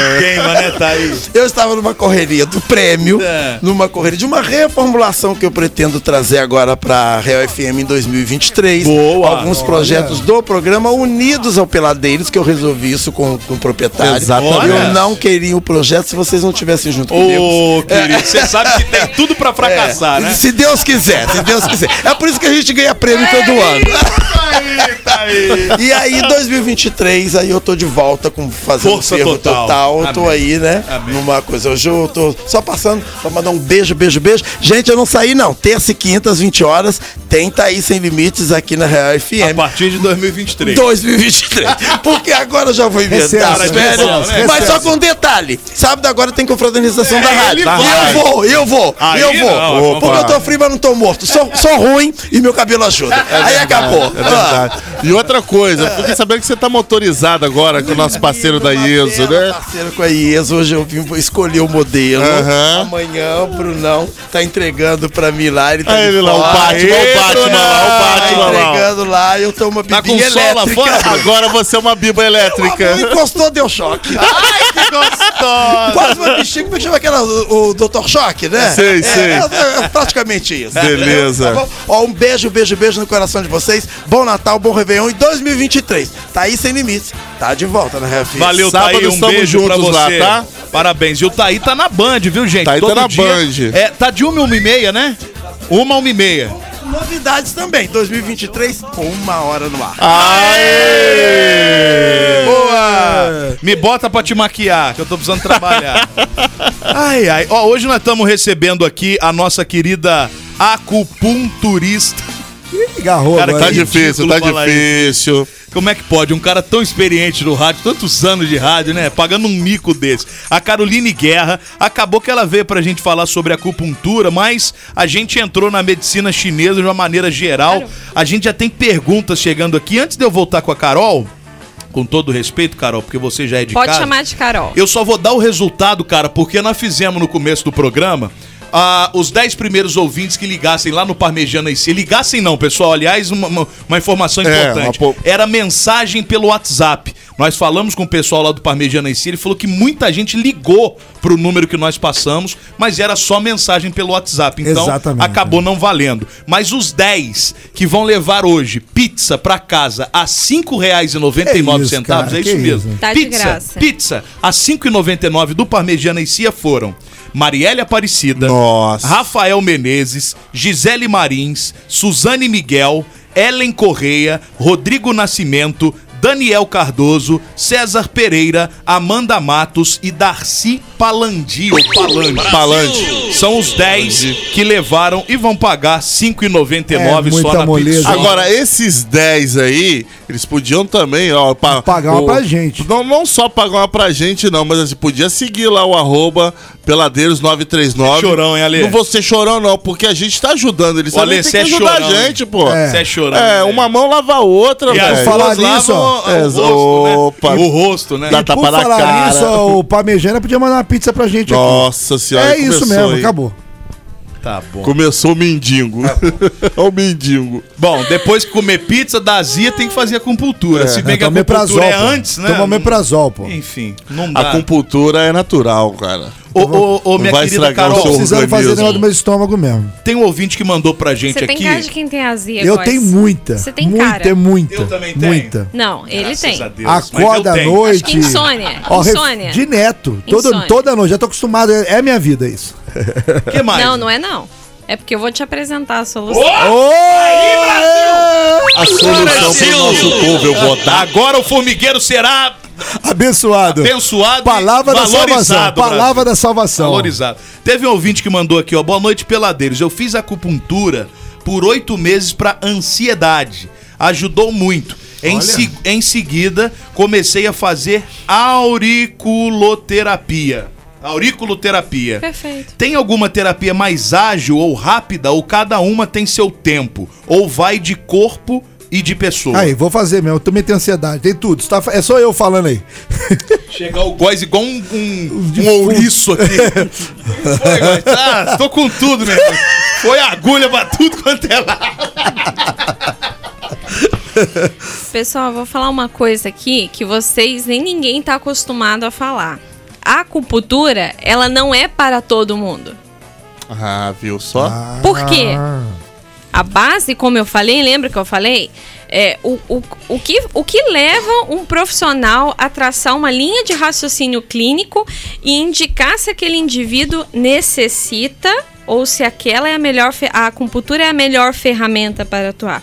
Eu estava numa correria do prêmio, É. numa correria de uma reformulação que eu pretendo trazer agora para Real FM em 2023. Boa. Alguns projetos do programa unidos ao Peladeiros, que eu resolvi isso com, com o proprietário. Exatamente. Eu não queria o projeto se vocês não tivessem junto Ô, comigo. É, querido, você sabe que tem tudo pra fracassar, né? Se Deus quiser, se Deus quiser. É por isso que a gente ganha prêmio É, todo ano. E aí, 2023, aí eu tô de volta com fazendo Força ferro total. Eu tô aí, né? Numa coisa. Hoje eu tô só passando pra mandar um beijo, beijo, beijo. Gente, eu não saí, não. Terça e quinta, às 20 horas, tem Thaís Sem Limites aqui na Real FM. A partir de 2023. Então, 2023. Porque agora eu já vou inventar Recesso, as férias. recesso, né? Mas só com um detalhe. Sábado agora tem confraternização da rádio. ele vai. Eu vou, eu vou, Aí eu vou. não, Porque opa. eu tô frio, mas não tô morto. Sou, sou ruim e meu cabelo ajuda. aí acabou. Ah, É verdade. E outra coisa, eu fiquei sabendo que você tá motorizado agora com o nosso parceiro da IESO, né? Parceiro com a IESO, hoje eu vim escolher o modelo. Amanhã o Brunão tá entregando pra mim lá. Ele tá Aí de ele lá, o fora. Batman, o Batman lá, o Tá Batman lá. entregando lá, eu tô uma Tá bebida com sol lá elétrica. Ah, fora? Agora você é uma biba Tá elétrica. Encostou, deu choque. Ai, que gostosa! Quase uma bichinha, como é que chama aquela? O, o Dr. Choque, né? Sei, É, sei. É, é praticamente isso. Beleza. Tá bom? Ó, um beijo, beijo, beijo no coração de vocês. Bom Natal, bom Réveillon e 2023. Tá aí sem limites. Tá de volta, né, Rafinha? Valeu, Thaí, um beijo pra você. Parabéns. E o Thaí tá na Band, viu, gente? Thaí tá Todo na dia. Band. É, tá de uma e uma e meia, né? Uma, uma e meia. Novidades também, 2023, uma hora no ar. Boa! Me bota pra te maquiar, que eu tô precisando trabalhar. Ai, ai. Ó, hoje nós estamos recebendo aqui a nossa querida acupunturista. Garrou, Cara, Tá que difícil, ridículo tá falar difícil. Como é que pode? Um cara tão experiente no rádio, tantos anos de rádio, né? Pagando um mico desse. A Caroline Guerra, acabou que ela veio pra gente falar sobre acupuntura, mas a gente entrou na medicina chinesa de uma maneira geral. A gente já tem perguntas chegando aqui. Antes de eu voltar com a Carol, com todo respeito, Carol, porque você já é de Pode casa. chamar de Carol. Eu só vou dar o resultado, cara, porque nós fizemos no começo do programa. ah, os 10 primeiros ouvintes que ligassem lá no Parmejana e se ligassem não, pessoal. Aliás, uma, uma- uma informação É, importante. uma po- Era mensagem pelo WhatsApp. Nós falamos com o pessoal lá do Parmejana e si, ele falou que muita gente ligou pro número que nós passamos, mas era só mensagem pelo WhatsApp. Então, Exatamente. acabou não valendo. Mas os 10 que vão levar hoje pizza pra casa a R$ 5,99, Que isso, cara, é isso que mesmo. isso. Tá de pizza, graça. pizza a R$ 5,99 do Parmegiana e Cia foram Marielle Aparecida, Rafael Menezes, Gisele Marins, Suzane Miguel, Ellen Correia, Rodrigo Nascimento, Daniel Cardoso, César Pereira, Amanda Matos e Darcy Palandi. ou Palandi. Palandi. São os 10 que levaram e vão pagar R$ 5,99 só na pizza. Agora, esses 10 aí, eles podiam também, ó, pa- Pagar uma o- pra gente. Não, não só pagar uma pra gente, não, mas assim, podia seguir lá o arroba peladeiros939. É chorão, hein, Ale? Não vou ser chorão, não, porque a gente tá ajudando eles. Ô, Ale, eles cê têm é que ajudar a chorão, hein? gente, pô. É. Cê é chorão, É, velho. uma mão lava a outra, E as velho. falar Duas nisso, lavam o ó, o rosto, né? opa. O rosto, né? Dá E tapa Por na falar cara. nisso, ó, o Parmejana podia mandar uma pizza pra gente Nossa senhora, É isso começou, mesmo, hein? acabou. Tá bom. Começou o mendigo. Olha o mendigo. Bom, depois que comer pizza da azia, tem que fazer acupuntura. Se bem que a acupuntura é antes, né? Toma omeprazol, pô. Enfim, não A dá. compultura é natural, cara. Ô, ô, ô, Não minha vai querida estragar o Carol, seu Precisando fazer organismo. negócio do meu estômago mesmo. tem um ouvinte que mandou pra gente Você tem aqui. cara de quem tem azia, Eu Góes. tenho muita. Você tem muita, é cara. muita. Eu também tenho. muita. Não, ele tem. a Deus, mas eu Acorda à tenho. noite. Acho que é insônia, Ó, ref- insônia. Direto. Todo, Insônia. toda noite. Já tô acostumado. É é minha vida isso. que mais? Não, não é não. É porque eu vou te apresentar a solução. A solução pro nosso povo eu vou dar. Agora o formigueiro será Abençoado. abençoado Palavra e da salvação. valorizado, Palavra Brasil. da salvação. Valorizado. Teve um ouvinte que mandou aqui, ó. Boa noite, peladeiros. Eu fiz acupuntura por oito meses pra ansiedade. Ajudou muito. Em, se- em seguida, comecei a fazer auriculoterapia. Auriculoterapia. Perfeito. Tem alguma terapia mais ágil ou rápida ou cada uma tem seu tempo? Ou vai de corpo e de pessoa? Aí, vou fazer mesmo. Eu também tenho ansiedade, tem tudo. Você tá fa- É só eu falando aí. Chegar o Góis igual um, um, um ouriço aqui. Foi, Góis. Ah, tô com tudo, meu irmão. Foi agulha pra tudo quanto é lá. Pessoal, eu vou falar uma coisa aqui que vocês nem ninguém está acostumado a falar. A acupuntura, ela não é para todo mundo. Ah, viu só? Por quê? Ah, A base, como eu falei, lembra que eu falei? É, o, o, o, que, o que leva um profissional a traçar uma linha de raciocínio clínico e indicar se aquele indivíduo necessita ou se aquela é a melhor fe- a acupuntura é a melhor ferramenta para atuar.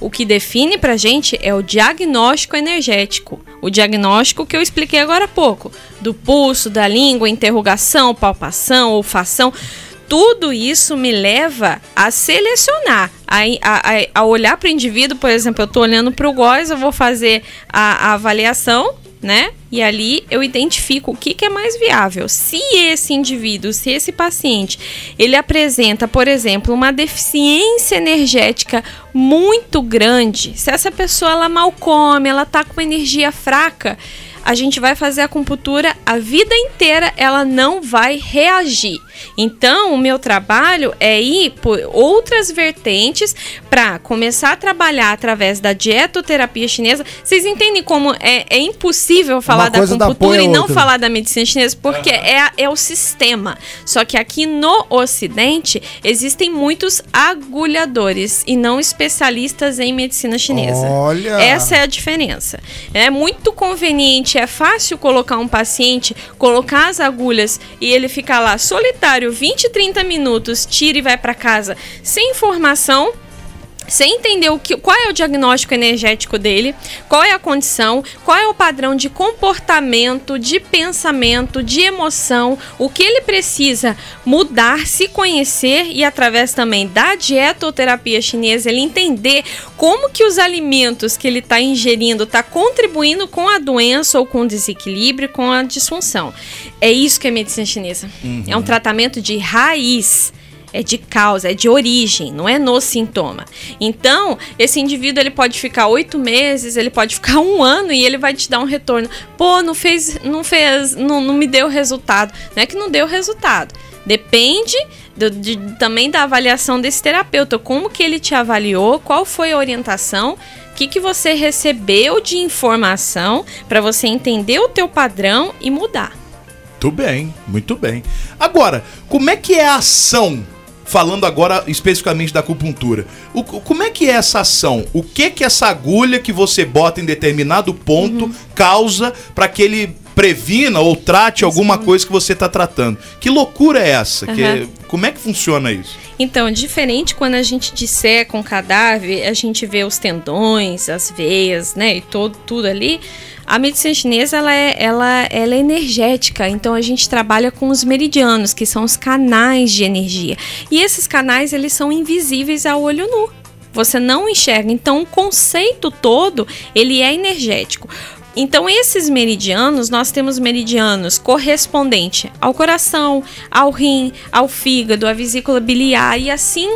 O que define pra gente é o diagnóstico energético. O diagnóstico que eu expliquei agora há pouco. Do pulso, da língua, interrogação, palpação, olfação tudo isso me leva a selecionar, a, a- a- a olhar para o indivíduo, por exemplo, eu estou olhando para o góis, eu vou fazer a, a avaliação, né? E ali eu identifico o que, que é mais viável. Se esse indivíduo, se esse paciente, ele apresenta, por exemplo, uma deficiência energética muito grande, se essa pessoa ela mal come, ela tá com uma energia fraca, a gente vai fazer a acupuntura a vida inteira, ela não vai reagir. Então, o meu trabalho é ir por outras vertentes para começar a trabalhar através da dietoterapia chinesa. Vocês entendem como é, é impossível falar da coisa dá apoio acupuntura à e não outra. né? falar da medicina chinesa? Porque é, a- é o sistema. Só que aqui no Ocidente existem muitos agulhadores e não especialistas em medicina chinesa. Olha! Essa é a diferença. É muito conveniente, é fácil colocar um paciente, colocar as agulhas e ele ficar lá solitário 20, 30 minutos, tira e vai para casa sem informação. Sem entender o que, qual é o diagnóstico energético dele, qual é a condição, qual é o padrão de comportamento, de pensamento, de emoção, o que ele precisa mudar, se conhecer e através também da dietoterapia chinesa ele entender como que os alimentos que ele está ingerindo está contribuindo com a doença ou com o desequilíbrio, com a disfunção. É isso que é medicina chinesa. Uhum. É um tratamento de raiz. É de causa, é de origem, não é no sintoma. Então, esse indivíduo ele pode ficar oito meses, ele pode ficar um ano e ele vai te dar um retorno. Pô, não fez, não fez, não, não me deu resultado. Não é que não deu resultado. Depende do- de- também da avaliação desse terapeuta, como que ele te avaliou, qual foi a orientação, o que, que você recebeu de informação para você entender o teu padrão e mudar. Muito bem, muito bem. Agora, como é que é a ação? Falando agora especificamente da acupuntura. O- o- como é que é essa ação? O que que essa agulha que você bota em determinado ponto causa para que ele previna ou trate alguma coisa que você está tratando? Que loucura é essa? Que- Aham. como é que funciona isso? Então, diferente quando a gente disseca um cadáver, a gente vê os tendões, as veias, né, e todo, tudo ali. A medicina chinesa, ela é, ela, ela é energética, então a gente trabalha com os meridianos, que são os canais de energia. E esses canais, eles são invisíveis ao olho nu. Você não enxerga. Então, o conceito todo, ele é energético. Então, esses meridianos, nós temos meridianos correspondente ao coração, ao rim, ao fígado, à vesícula biliar e assim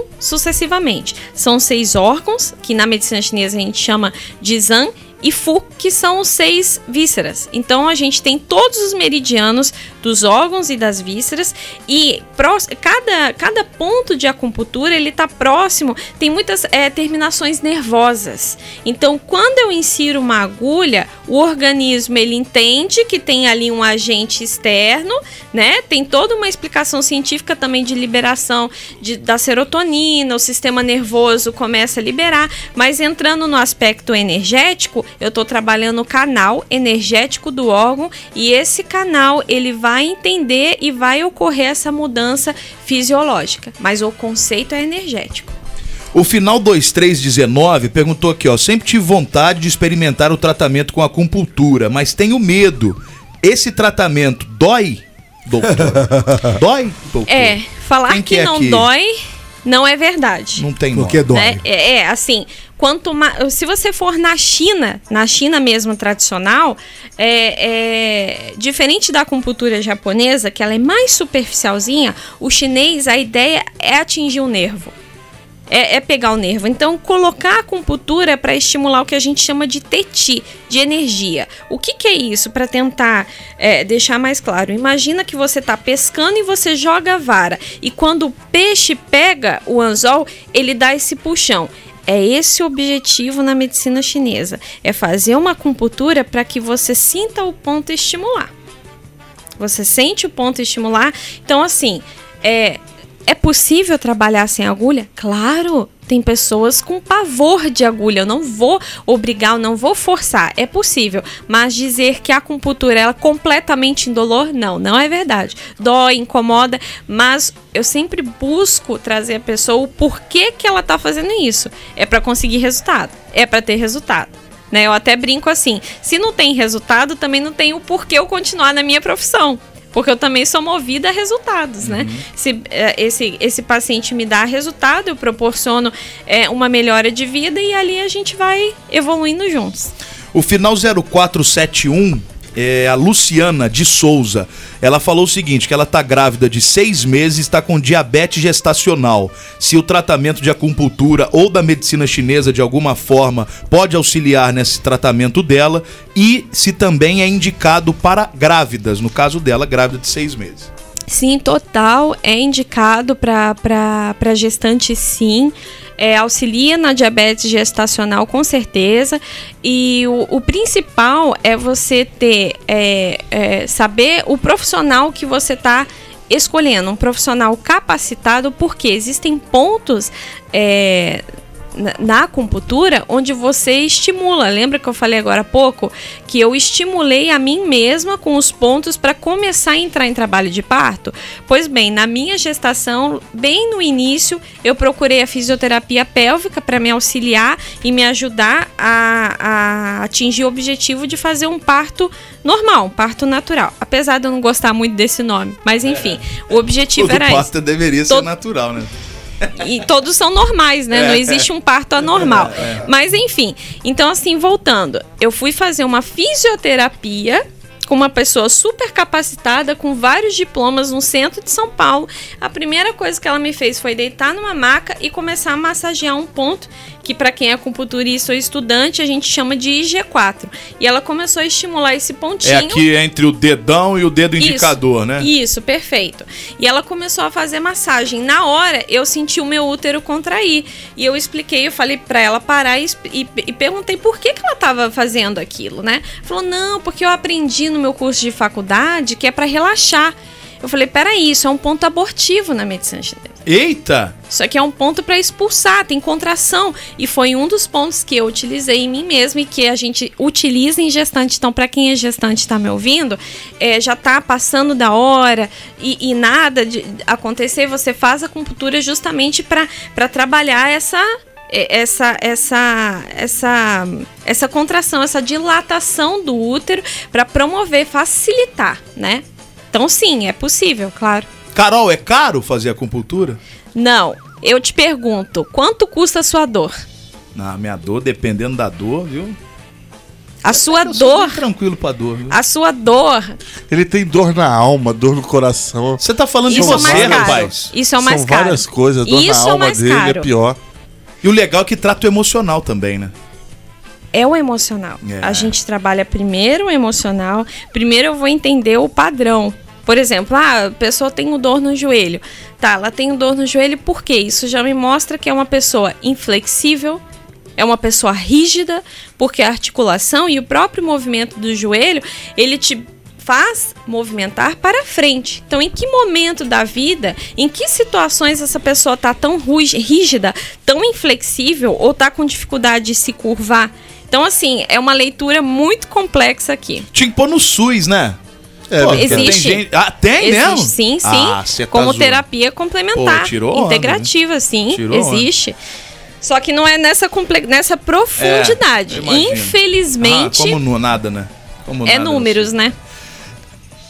sucessivamente. São seis órgãos, que na medicina chinesa a gente chama de zan, e fu, que são os seis vísceras. Então, a gente tem todos os meridianos dos órgãos e das vísceras e prós- cada, cada ponto de acupuntura, ele tá próximo, tem muitas eh, terminações nervosas. Então, quando eu insiro uma agulha, o organismo ele entende que tem ali um agente externo, né? Tem toda uma explicação científica também de liberação de- da serotonina, o sistema nervoso começa a liberar, mas entrando no aspecto energético, eu estou trabalhando o canal energético do órgão e esse canal ele vai entender e vai ocorrer essa mudança fisiológica, mas o conceito é energético. O final 2319 perguntou aqui, ó. Sempre tive vontade de experimentar o tratamento com acupuntura, mas tenho medo. Esse tratamento dói, doutor? dói, doutor? É, falar Quem que, que é não que- dói não é verdade. Não tem Porque nome. dói. né? É, é, assim, quanto ma- se você for na China, na China mesmo tradicional, é, é, diferente da acupuntura japonesa, que ela é mais superficialzinha, o chinês a ideia é atingir o nervo. É, é pegar o nervo. Então, colocar a acupuntura é para estimular o que a gente chama de teti, de energia. O que, que é isso? Para tentar é, deixar mais claro. Imagina que você está pescando e você joga a vara. E quando o peixe pega o anzol, ele dá esse puxão. É esse o objetivo na medicina chinesa. É fazer uma acupuntura para que você sinta o ponto estimular. Você sente o ponto estimular. Então, assim, é, é possível trabalhar sem agulha? Claro! Tem pessoas com pavor de agulha. Eu não vou obrigar, eu não vou forçar. É possível. Mas dizer que a acupuntura ela é completamente indolor, não, não é verdade. Dói, incomoda, mas eu sempre busco trazer a pessoa o porquê que ela tá fazendo isso. É para conseguir resultado. É para ter resultado. Né? Eu até brinco assim: se não tem resultado, também não tem o porquê eu continuar na minha profissão. Porque eu também sou movida a resultados, né? Se eh, esse, esse paciente me dá resultado, eu proporciono eh, uma melhora de vida e ali a gente vai evoluindo juntos. O final 0471, é, a Luciana de Souza, ela falou o seguinte, que ela tá grávida de seis meses, está com diabetes gestacional. Se o tratamento de acupuntura ou da medicina chinesa, de alguma forma, pode auxiliar nesse tratamento dela e se também é indicado para grávidas, no caso dela, grávida de seis meses. Sim, total. É indicado para gestante, sim. É, auxilia na diabetes gestacional, com certeza. E o, o principal é você ter, é, é, saber o profissional que você está escolhendo, um profissional capacitado, porque existem pontos. é, na- na acupuntura, onde você estimula. Lembra que eu falei agora há pouco que eu estimulei a mim mesma com os pontos para começar a entrar em trabalho de parto? Pois bem, na minha gestação, bem no início, eu procurei a fisioterapia pélvica para me auxiliar e me ajudar a, a atingir o objetivo de fazer um parto normal, um parto natural. Apesar de eu não gostar muito desse nome, mas enfim, É. o objetivo Todo era esse. pasta deveria ser Todo- natural, né? E todos são normais, né? É. Não existe um parto anormal. É. Mas enfim, então assim, voltando, eu fui fazer uma fisioterapia com uma pessoa super capacitada, com vários diplomas no centro de São Paulo. A primeira coisa que ela me fez foi deitar numa maca e começar a massagear um ponto que para quem é acupunturista ou estudante, a gente chama de IG4. E ela começou a estimular esse pontinho. É aqui entre o dedão e o dedo Isso, indicador, né? Isso, perfeito. E ela começou a fazer massagem. Na hora, eu senti o meu útero contrair. E eu expliquei, eu falei pra ela parar e, exp- e- e perguntei por que, que ela tava fazendo aquilo, né? Falou, não, porque eu aprendi no meu curso de faculdade que é pra relaxar. Eu falei, peraí, isso é um ponto abortivo na medicina chinesa. Eita! Isso aqui é um ponto para expulsar, tem contração. E foi um dos pontos que eu utilizei em mim mesma e que a gente utiliza em gestante. Então, para quem é gestante e tá me ouvindo, é, já tá passando da hora e, e nada de acontecer, você faz a acupuntura justamente para trabalhar essa. é, Essa, essa, essa, essa contração, essa dilatação do útero para promover, facilitar, né? Então, sim, é possível, claro. Carol, é caro fazer acupuntura? Não, eu te pergunto, quanto custa a sua dor? Na Ah, minha dor, dependendo da dor, viu? A sua dor. Tranquilo pra dor, viu? A sua dor. Ele tem dor na alma, dor no coração. Você tá falando de Isso é o você, mais caro. rapaz? Isso é o mais São caro. várias coisas, dor na Isso é o alma mais dele é caro. pior. E o legal é que trata o emocional também, né? É o emocional. É. A gente trabalha primeiro o emocional, primeiro eu vou entender o padrão. Por exemplo, ah, a pessoa tem dor no joelho. Tá, ela tem dor no joelho por quê? Isso já me mostra que é uma pessoa inflexível, é uma pessoa rígida, porque a articulação e o próprio movimento do joelho, ele te faz movimentar para frente. Então, em que momento da vida, em que situações essa pessoa tá tão rugi- rígida, tão inflexível ou tá com dificuldade de se curvar? Então, assim, é uma leitura muito complexa aqui. Tinha que pôr no SUS, né? É Pô, existe. Tem gente... Ah, tem existe, mesmo? Sim, sim. Ah, você tá como zoando. terapia complementar, Pô, tirou onda, né? integrativa, sim, Tirou onda. existe. Só que não é nessa, comple... nessa É, profundidade. eu imagino. Infelizmente, Ah, como nu- nada, né? Como é nada. números, né?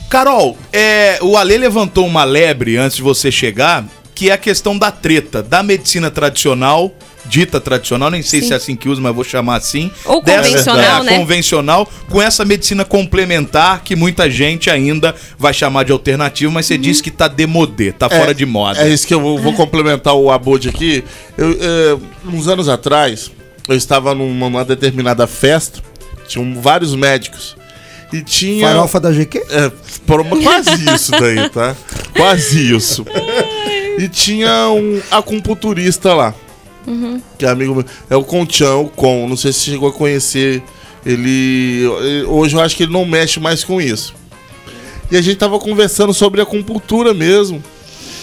Carol, é, o Ale levantou uma lebre antes de você chegar que é a questão da treta, da medicina tradicional, dita tradicional, nem sei Sim. se é assim que usa, mas vou chamar assim. é, Ou convencional, né? Convencional, com essa medicina complementar que muita gente ainda vai chamar de alternativa, mas Uhum. você diz que tá demodê, tá É, fora de moda. É isso que eu vou, vou complementar o Abud aqui. Eu, é, uns anos atrás, eu estava numa, numa determinada festa, tinham vários médicos. E tinha. Farofa da GQ? É, por- quase isso daí, tá? Quase isso. E tinha um acupunturista lá, Uhum. que é amigo meu. É o Conchão, o Con. Não sei se você chegou a conhecer. Ele. Hoje eu acho que ele não mexe mais com isso. E a gente tava conversando sobre acupuntura mesmo.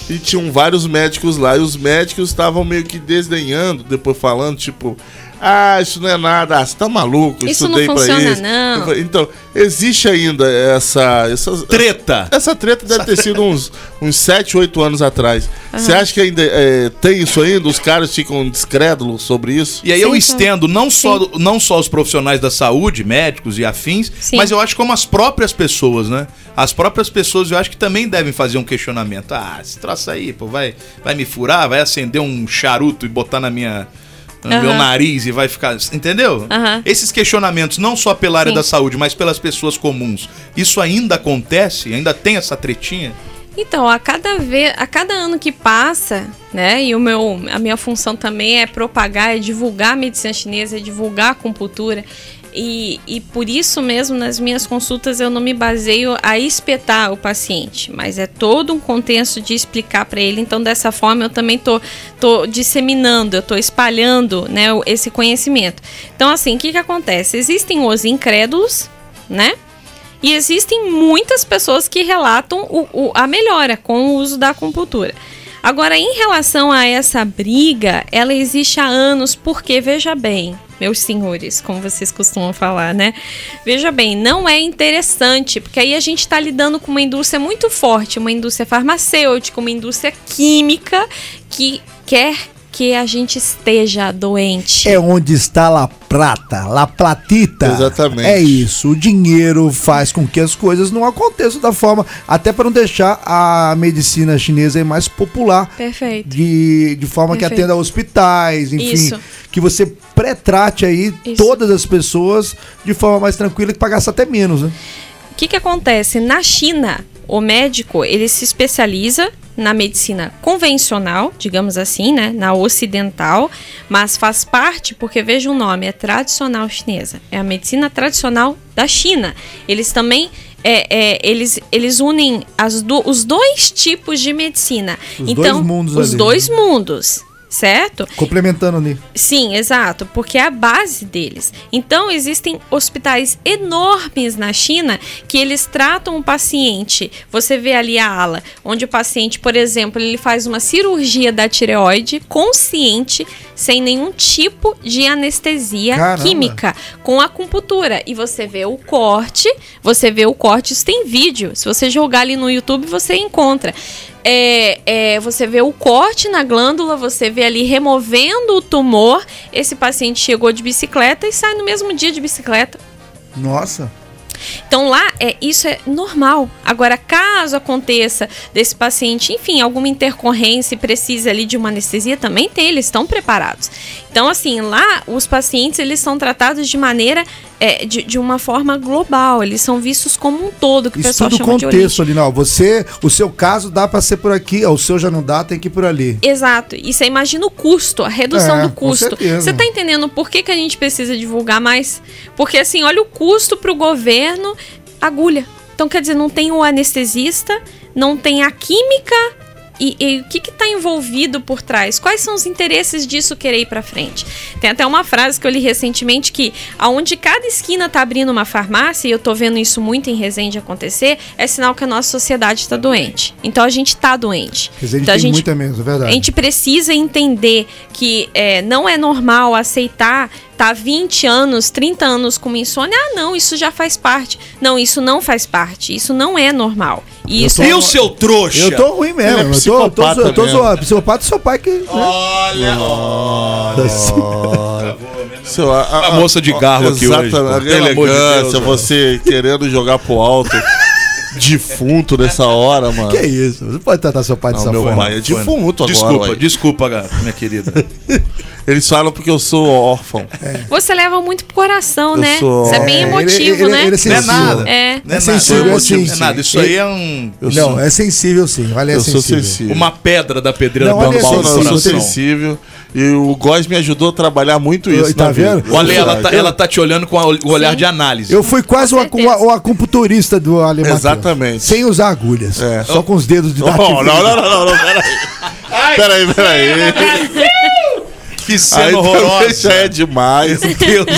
E tinham vários médicos lá. E os médicos estavam meio que desdenhando, depois falando, tipo. Ah, isso não é nada. Ah, você tá maluco? Eu Isso não Estudei pra funciona, isso. não. Eu falei, Então, existe ainda essa. Essa treta. Essa treta deve ter sido uns, uns 7, 8 anos atrás. Você acha que ainda é, tem isso ainda? Os caras ficam descrédulos sobre isso? E aí eu estendo não só, não só os profissionais da saúde, médicos e afins, mas eu acho como as próprias pessoas, né? As próprias pessoas eu acho que também devem fazer um questionamento. Ah, esse troço aí, pô, É. vai, vai me furar, vai acender um charuto e botar na minha. No é, meu Aham. nariz e vai ficar. Entendeu? Aham. Esses questionamentos, não só pela área Sim. da saúde, mas pelas pessoas comuns, isso ainda acontece? Ainda tem essa tretinha? Então, a cada vez, a cada ano que passa, né? E o meu, a minha função também é propagar, é divulgar a medicina chinesa, é divulgar a acupuntura. E, e por isso mesmo, nas minhas consultas, eu não me baseio a espetar o paciente, mas é todo um contexto de explicar para ele. Então, dessa forma, eu também tô, tô disseminando, eu tô espalhando né, o- esse conhecimento. Então, assim, o que, que acontece? Existem os incrédulos, né? E existem muitas pessoas que relatam o- o- a melhora com o uso da acupuntura. Agora, em relação a essa briga, ela existe há anos, porque, veja bem, meus senhores, como vocês costumam falar, né? Veja bem, não é interessante, porque aí a gente está lidando com uma indústria muito forte, uma indústria farmacêutica, uma indústria química que quer que a gente esteja doente. É onde está La Prata, La Platita. Exatamente. É isso. O dinheiro faz com que as coisas não aconteçam da forma. Até para não deixar a medicina chinesa aí mais popular. Perfeito. De, de forma que Perfeito. atenda hospitais, enfim. Isso. Que você pré-trate aí todas as pessoas de forma mais tranquila e que pagasse até menos, né? O que, que acontece? Na China, o médico ele se especializa na medicina convencional, digamos assim, né? Na ocidental, mas faz parte, porque veja o nome, é tradicional chinesa. É a medicina tradicional da China. Eles também. é, é, eles, eles unem as do- os dois tipos de medicina. Os então, dois mundos os ali. né? dois mundos, certo? Complementando ali. Sim, exato, porque é a base deles. Então, existem hospitais enormes na China que eles tratam o paciente. Você vê ali a ala, onde o paciente, por exemplo, ele faz uma cirurgia da tireoide consciente, sem nenhum tipo de anestesia Caramba. química, com acupuntura. E você vê o corte, você vê o corte, isso tem vídeo. Se você jogar ali no YouTube, você encontra. É, é, você vê o corte na glândula, você vê ali removendo o tumor. Esse paciente chegou de bicicleta e sai no mesmo dia de bicicleta. Nossa. Então lá é isso é normal. Agora, caso aconteça desse paciente, enfim, alguma intercorrência e precise ali de uma anestesia, também tem, eles estão preparados. Então, assim, lá os pacientes eles são tratados de maneira é, de, de uma forma global, eles são vistos como um todo, que o Isso pessoal tudo chama de holístico. contexto ali, não. Você, o seu caso dá para ser por aqui, ó, o seu já não dá, tem que ir por ali. Exato. E você imagina o custo, a redução É, do com custo. certeza. Você tá entendendo por que, que a gente precisa divulgar mais? Porque assim, olha o custo pro governo, agulha. Então, quer dizer, não tem o anestesista, não tem a química. E, e o que que tá envolvido por trás? Quais são os interesses disso querer ir pra frente? Tem até uma frase que eu li recentemente que aonde cada esquina tá abrindo uma farmácia, e eu tô vendo isso muito em Resende acontecer, é sinal que a nossa sociedade tá doente. Então a gente tá doente. Quer dizer, a gente tem muita então, menos, é verdade. a gente precisa entender que é, não é normal aceitar tá 20 anos, 30 anos com insônia. Ah, não, isso já faz parte. Não, isso não faz parte. Isso não é normal. E isso E o seu trouxa? Eu tô ruim mesmo. Ele é eu tô, eu tô, psicopata zo- eu tô mesmo. zoando. Psicopata é seu pai que. Olha, Seu- a, moça de garro aqui hoje, pô. Exatamente, Pelo amor de elegância, Deus, você querendo jogar pro alto. Defunto nessa hora, mano. Que isso? Você pode tratar seu pai de Não, safado. meu pai é defunto agora. Desculpa, desculpa, minha querida. Eles falam porque eu sou órfão. É Você leva muito pro coração, Eu né? sou- Você é bem É, ele- emotivo, ele- né? ele é sensível. Não é nada. É. Não é nada. sensível, Não é é sim, motivo, é nada. sim. Isso aí é um. Eu Não, é sensível sim. Olha, é Eu sou sensível. sensível. é Uma pedra da pedreira Não, pra olha, um pau eu no sou- eu sou coração. sensível. E o Góes me ajudou a trabalhar muito isso. Tá na vida. vendo? Olha, ela tá, ela tá te olhando com a- o olhar de análise. Eu fui quase o, acu- o acupunturista do Ale Matheus. Exatamente. Sem usar agulhas. Só com os dedos de Oh, não, não, não, não, não, Ai, peraí. Peraí, peraí. Que cena horrorosa. Já é demais.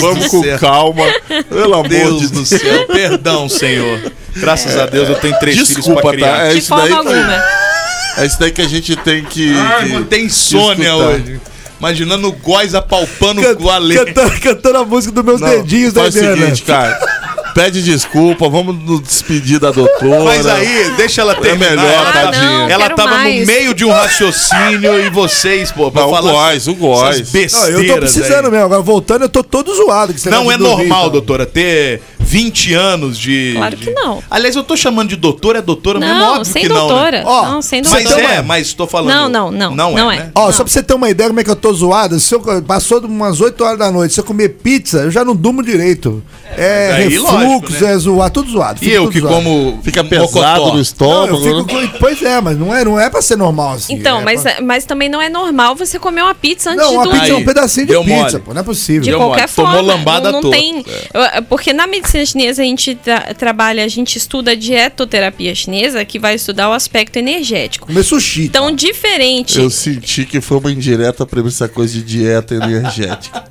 Vamos com calma. Pelo amor Deus de do céu. Perdão, senhor. Graças a Deus eu tenho três filhos É. Desculpa, pra criar. tá? É isso daí que- É isso daí que a gente tem que. Ai, que- mano, tem que insônia escutar. hoje. Imaginando o Góis apalpando o Ale. Cantando, cantando a música dos meus Não, dedinhos né, da Faz o Eliana. seguinte, cara. Pede desculpa, vamos nos despedir da doutora. Mas aí, deixa ela terminar. É Ah, melhor, ela tá- tadinha. ela tava no meio de um raciocínio e vocês, pô, pra Não, o falar. Góes, o Góes. essas Não, besteiras eu tô precisando aí. mesmo. Agora voltando, eu tô todo zoado. que esse Não é negócio de dormir, então. normal, cara. doutora, ter 20 anos de. Claro que de- não. Aliás, eu tô chamando de doutora, é doutora Não, mesmo? Óbvio sem que doutora. Não, né? Ó, Não, sem mas doutora. é, mas tô falando. Não, não, não, não é. né? Ó, só pra você ter uma ideia como é que eu tô zoado, se eu passou de umas 8 horas da noite, se eu comer pizza, eu já não durmo direito. É, mas aí, refluxo, lógico, né? é zoar, tudo zoado. E fica eu tudo que zoado. como. Fica mocotó. é pesado no estômago. né? Não, eu fico com- Pois é, mas não é, não é pra ser normal assim. Então, é mas, pra- mas também não é normal você comer uma pizza antes Não, de uma dormir. pizza é um pedacinho de Deu pizza, mole. pô, não é possível. De qualquer Tomou forma. lambada não, não toda. tem. eh, Porque na medicina chinesa a gente tra- trabalha, a gente estuda a dietoterapia chinesa, que vai estudar o aspecto energético. Comer sushi. Então, diferente. Eu senti que foi uma indireta pra mim essa coisa de dieta energética.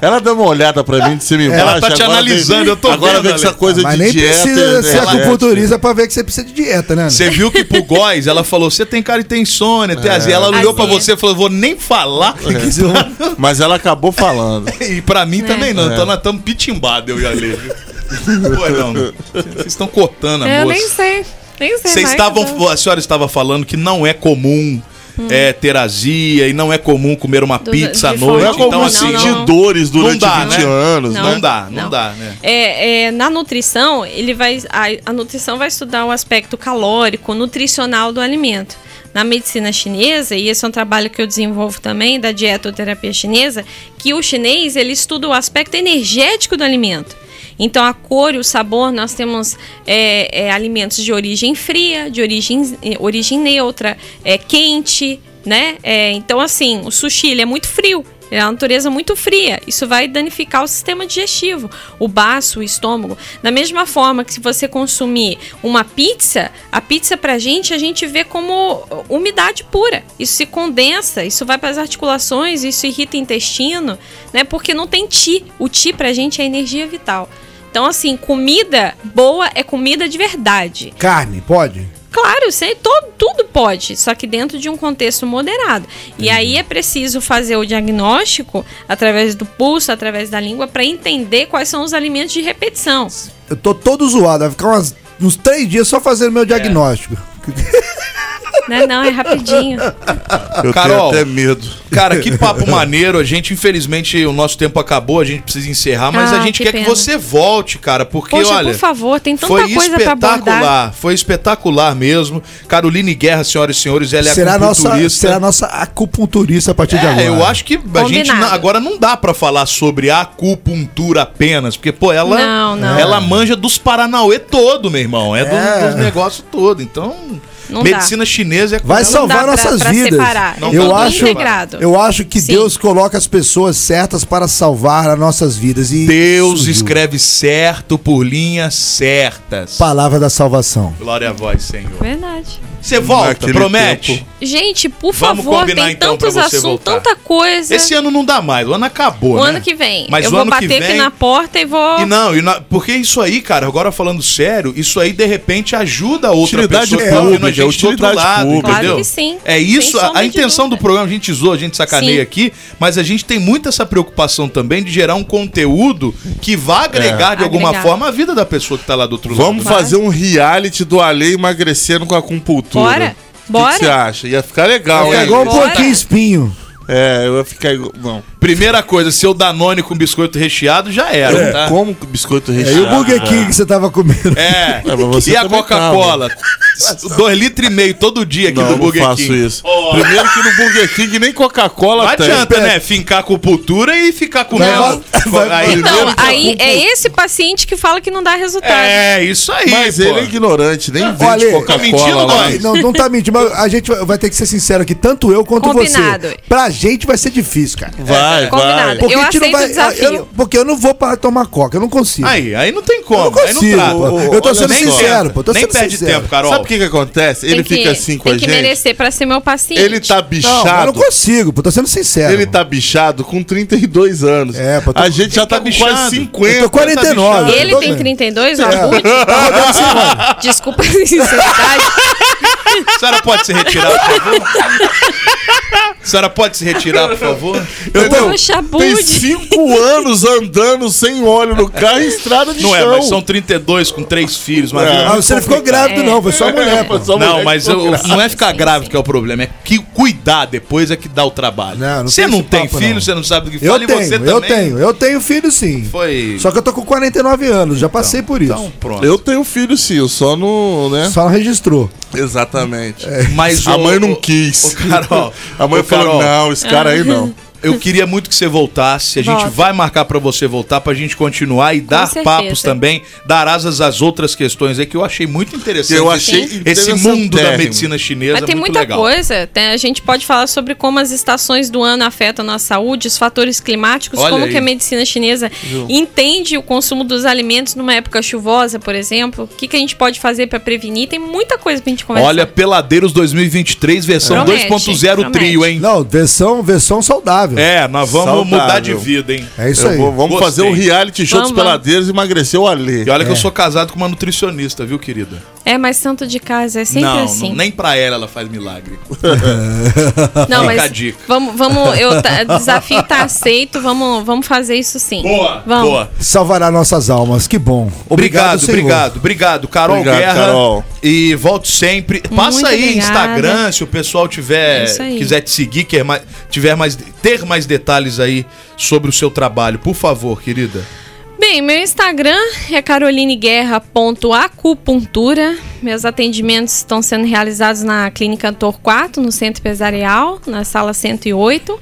Ela deu uma olhada pra mim de cima e Ela embaixo. tá te agora analisando, vem- eu tô Agora vendo, vem com essa Ale. Ah, coisa Mas de nem dieta né? precisa ser energética. acupunturista pra ver que você precisa de dieta, né? Você viu que pro Góis, ela falou: você tem cara e tem insônia, tem azia. Ela Ah, olhou pra você e falou: vou nem falar. Então, É. Mas ela acabou falando. E pra mim também não. É. Então nós estamos pitimbados, eu e a Lê. viu? Pô, não. Vocês estão cortando a É, eu moça. nem sei. Nem sei. Vocês mais, então. estavam. não. A senhora estava falando que não é comum. É, ter azia e não é comum comer uma Hum. Do- pizza à de noite. fome. Não é comum então, assim, sentir Não, não. dores durante 20 anos, Não, né? dá, não, dá, né? É, é, na nutrição, ele vai, a, a nutrição vai estudar o aspecto calórico, nutricional do alimento. Na medicina chinesa, e esse é um trabalho que eu desenvolvo também, da dietoterapia chinesa, que o chinês ele estuda o aspecto energético do alimento. Então, a cor e o sabor, nós temos é, é, alimentos de origem fria, de origem, eh, origem neutra, é, quente, né? É, então, assim, o sushi ele é muito frio. Ele é uma natureza muito fria. Isso vai danificar o sistema digestivo, o baço, o estômago. Da mesma forma que se você consumir uma pizza, a pizza pra gente, a gente vê como umidade pura. Isso se condensa, isso vai para as articulações, isso irrita o intestino, né? Porque não tem ti. O ti pra gente é energia vital. Então, assim, comida boa é comida de verdade. Carne, pode? Claro, sei, todo, tudo pode, só que dentro de um contexto moderado. E aí é preciso fazer o diagnóstico através do pulso, através da língua, para entender quais são os alimentos de repetição. Eu tô todo zoado, vai ficar umas- uns três dias só fazendo É. meu diagnóstico. né? Não, é rapidinho. Eu Carol, tenho até medo. Cara, que papo maneiro. A gente, infelizmente, o nosso tempo acabou, a gente precisa encerrar, mas Ah, a gente que quer que pena. você volte, cara, porque Poxa, olha. por favor, tem tanta Foi coisa para abordar. espetacular, foi espetacular mesmo. Caroline Guerra, senhoras e senhores, ela é será, nossa, acupunturista. será nossa acupunturista a partir de agora. É, eu acho que a gente Combinado. não- agora não dá pra falar sobre a acupuntura apenas, porque pô, ela Não, não. ela manja dos Paranauê todo, meu irmão, é, do- É. dos negócios todo. Então, Não medicina chinesa é com Vai ela. salvar Então dá pra- nossas pra vidas. separar, é Eu tudo acho, integrado. eu acho que Deus coloca as pessoas certas para salvar as nossas vidas e Deus surgiu. escreve certo por linhas certas. palavra da salvação. Glória a vós, Senhor. Verdade. Você volta, Naquele promete. tempo. Gente, por Vamos favor, combinar, tem então, pra tantos você assuntos, voltar. tanta coisa. Esse ano não dá mais, o ano acabou, é- o né? ano que vem. Mas o eu vou ano que bater aqui vem- na porta e vou. E não, e na- porque isso aí, cara, agora falando sério, isso aí de repente ajuda a outra Utilidade pessoa que tá ouvindo a pública, gente do outro utilidade lado, pública. entendeu? Claro que sim, É sem isso, a- a, sombra de intenção do programa, a gente zoa, a gente sacaneia Sim. aqui, mas a gente tem muito essa preocupação também de gerar um conteúdo que vá agregar de alguma Agregar. forma a vida da pessoa que tá lá do outro Vamos lado. fazer um reality do Ale emagrecendo com a acupuntura. Bora, O que que bora. você acha? Ia ficar legal, É hein? igual um Bora. pouquinho espinho. É, eu ia ficar igual. Não. Primeira coisa, seu Danone com biscoito recheado já era, Eu tá? É. como biscoito É, e recheado. o Burger King que você tava comendo? É. mas você e a também tá, Coca-Cola? Dois litros e meio todo dia aqui Não, no não Burger faço King. isso. Primeiro que no Burger King nem Coca-Cola Não tem. adianta, É. né? Fincar com cultura e ficar comendo. Aí- Então, aí é esse paciente que fala que não dá resultado. É, isso aí. Mas pô. ele é ignorante, nem vende Olha, Coca-Cola lá. Não, não tá mentindo, mas a gente vai- vai ter que ser sincero aqui, tanto eu quanto Combinado. você. Pra gente vai ser difícil, cara. Vai, É, Combinado. Porque Eu a gente não aceito vai- o desafio. eu não- porque eu não vou parar de tomar coca, eu não consigo. Aí, aí não tem como. Eu não aí consigo, não trata. pô. Eu tô sendo nem sincero, tenta, pô, tô nem sendo perde sincero. tempo, Carol. Sabe o que que acontece? Tem Ele que- fica assim com tem a que gente. merecer pra ser meu paciente. Ele tá bichado. eu não consigo, pô, tô sendo sincero. Ele tá bichado com 32 anos. É, pô, tô- A gente já tá, tá com bichado. quase 50. Eu tô 49. bichado. Ele Tudo tem Tá bem. 32, o É. Abud? Tá rodando sem roda. Desculpa a sinceridade. A senhora pode se retirar, por favor? A senhora pode se retirar, por favor? Eu tô- Poxa, Então, Tem Abud. 5 anos andando sem óleo no carro e estrada de Não é, chão. mas são 32 com três filhos. Mas É. Ah, você não ficou grávido, não, foi só a É. mulher, pô. Só mulher Não, que mas ficou eu- grávida. não é ficar grávido que é o problema, é que cuidar depois é que dá o trabalho. Não, não Você tem não esse tem papo, filho, não. você não sabe do que Eu fala e você tenho, eu também. tenho, eu tenho filho sim. Foi. Só que eu tô com 49 anos, já passei por isso. Então, pronto. Eu tenho filho sim, eu só não, né? Só não registrou. Exatamente. Mas A o- mãe não o- quis. o Carol, a mãe o falou, Carol. não, esse cara aí não. Eu queria muito que você voltasse. A gente Volto. vai marcar pra você voltar pra gente continuar e dar certeza. papos também, dar asas às outras questões aí que eu achei muito interessante. Eu achei esse- esse mundo da interessantérrimo. medicina chinesa é Mas tem muito muita legal. coisa. tem- a gente pode falar sobre como as estações do ano afetam a nossa saúde, os fatores climáticos, Olha como aí. que a medicina chinesa entende o consumo dos alimentos numa época chuvosa, por exemplo. O que, que a gente pode fazer pra prevenir? Tem muita coisa pra gente conversar. Olha, Peladeiros 2023 versão Promete, 2.0 trio, hein? Não, versão, versão saudável. É, nós vamos Saudável. mudar de vida, hein? É isso Eu aí. vou- vamos Gostei. fazer um reality show Vamos, dos peladeiros e emagrecer o Alê. E olha que eu sou casado com uma nutricionista, viu, querida? É mais santo de casa, é sempre não, assim. não, nem pra ela ela faz milagre. Fica Não, a mas dica. vamos, vamos, eu tá- desafio tá aceito, vamos, vamos fazer isso sim. vamos. boa. Salvará nossas almas, que bom. Obrigado, Senhor. obrigado, obrigado, Carol Obrigado, Guerra. Carol. E volte sempre. Passa aí obrigada. Instagram, se o pessoal É tiver isso aí. quiser te seguir, quer mais, tiver mais ter mais detalhes aí sobre o seu trabalho, por favor, querida. Bem, meu Instagram é carolineguerra.acupuntura. Meus atendimentos estão sendo realizados na Clínica Torquato, no Centro Empresarial, na sala 108.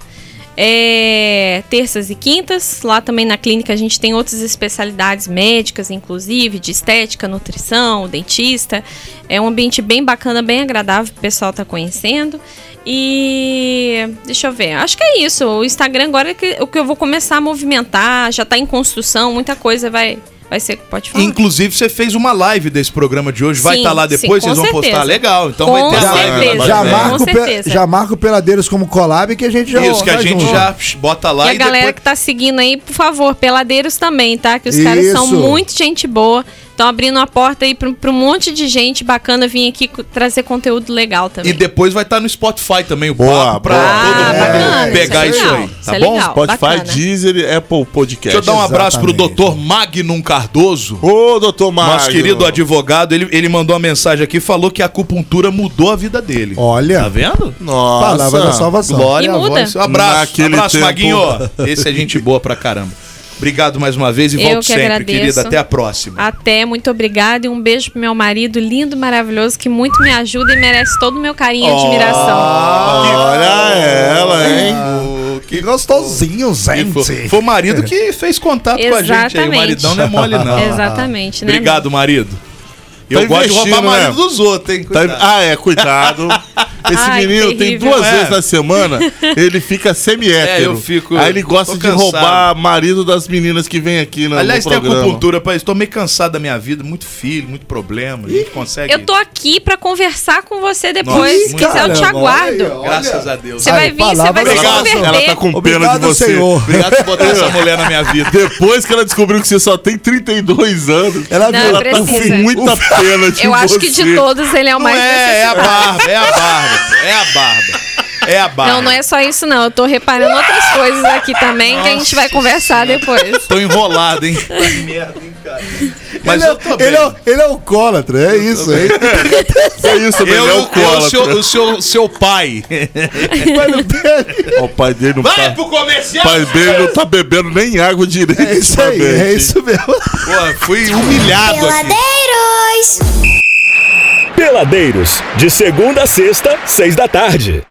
É, terças e quintas. Lá também na clínica a gente tem outras especialidades médicas, inclusive de estética, nutrição, dentista. É um ambiente bem bacana, bem agradável, o pessoal tá conhecendo. E deixa eu ver, acho que é isso. O Instagram agora é que, o que eu vou começar a movimentar, já tá em construção, muita coisa vai vai ser, pode falar. Inclusive, você fez uma live desse programa de hoje, vai Sim, estar lá sim, depois, com vocês vão certeza. postar. Legal, então Com vai ter a live. certeza. lá Já também. marco, pe- certeza. já marco Peladeiros como collab que a gente já Isso, que a faz gente um- já psh, bota lá e a e, galera depois... que tá seguindo aí, por favor, peladeiros também, tá? Que os caras são Isso. muito gente boa. Estão abrindo a porta aí pra, pra um monte de gente bacana vir aqui co- trazer conteúdo legal também. E depois vai estar no Spotify também o Boa, papo pra boa. todo Ah, mundo bacana, pegar isso isso, é legal, aí, isso tá é bom? legal. Spotify, bacana. Deezer, Apple Podcast. Deixa eu dar um abraço pro Exatamente. doutor Magnum Cardoso. Ô, doutor Magno. Nosso querido advogado, ele, ele mandou uma mensagem aqui, falou que a acupuntura mudou a vida dele. Olha. Tá vendo? Nossa. Palavra da salvação. Glória E a muda. voz. Um abraço, Naquele abraço, tempo. Maguinho. Esse é gente boa pra caramba. Obrigado mais uma vez e Eu volto que sempre, agradeço. querida. Até a próxima. Até, muito obrigada e um beijo pro meu marido lindo, maravilhoso, que muito me ajuda e merece todo o meu carinho e admiração. Olha ela, hein? Que gostosinho, Foi, gente. foi o marido que fez contato com a gente aí. O Exatamente. maridão não é mole, não. Exatamente, né? Obrigado, marido. Eu gosto de roubar Tá investindo, marido né? dos outros, hein? Tá- Cuidado. ah, é, cuidado. Esse Ai, menino tem terrível. duas É. vezes na semana, ele fica semi-hétero. É, eu fico- Aí ele gosta tô de cansado. roubar marido das meninas que vem aqui na Aliás, no tem programa. acupuntura, pai. Estou meio cansado da minha vida, muito filho, muito problema. A gente consegue. Eu tô aqui pra conversar com você depois, Nossa, que eu é te caramba, aguardo. Graças a Deus. Você vai vir, você vai palavra se Ela, ela legal. tá converter. com pena Obrigado, de você. Senhor. Obrigado por botar essa mulher na minha vida. Depois que ela descobriu que você só tem 32 anos, Ela Não, viu. eu preciso. tem muita pena de Eu acho que você. de todos ele é o Não mais é, é a necessário. barba, é a barba, é a barba. É a barba. Não, não é só isso não. Eu tô reparando outras coisas aqui também que a gente vai conversar depois. Tô enrolado, hein? Mas ele, eu tô é, bem. ele, é, o- ele é alcoólatra, é isso. É isso, é isso eu, eu, seu, o seu, seu pai. Ó, O pai dele não Vai tá... pro comercial! O pai dele não tá bebendo nem água direito. É isso aí, é isso mesmo. Pô, fui humilhado aqui. Peladeiros, de segunda a sexta, seis da tarde.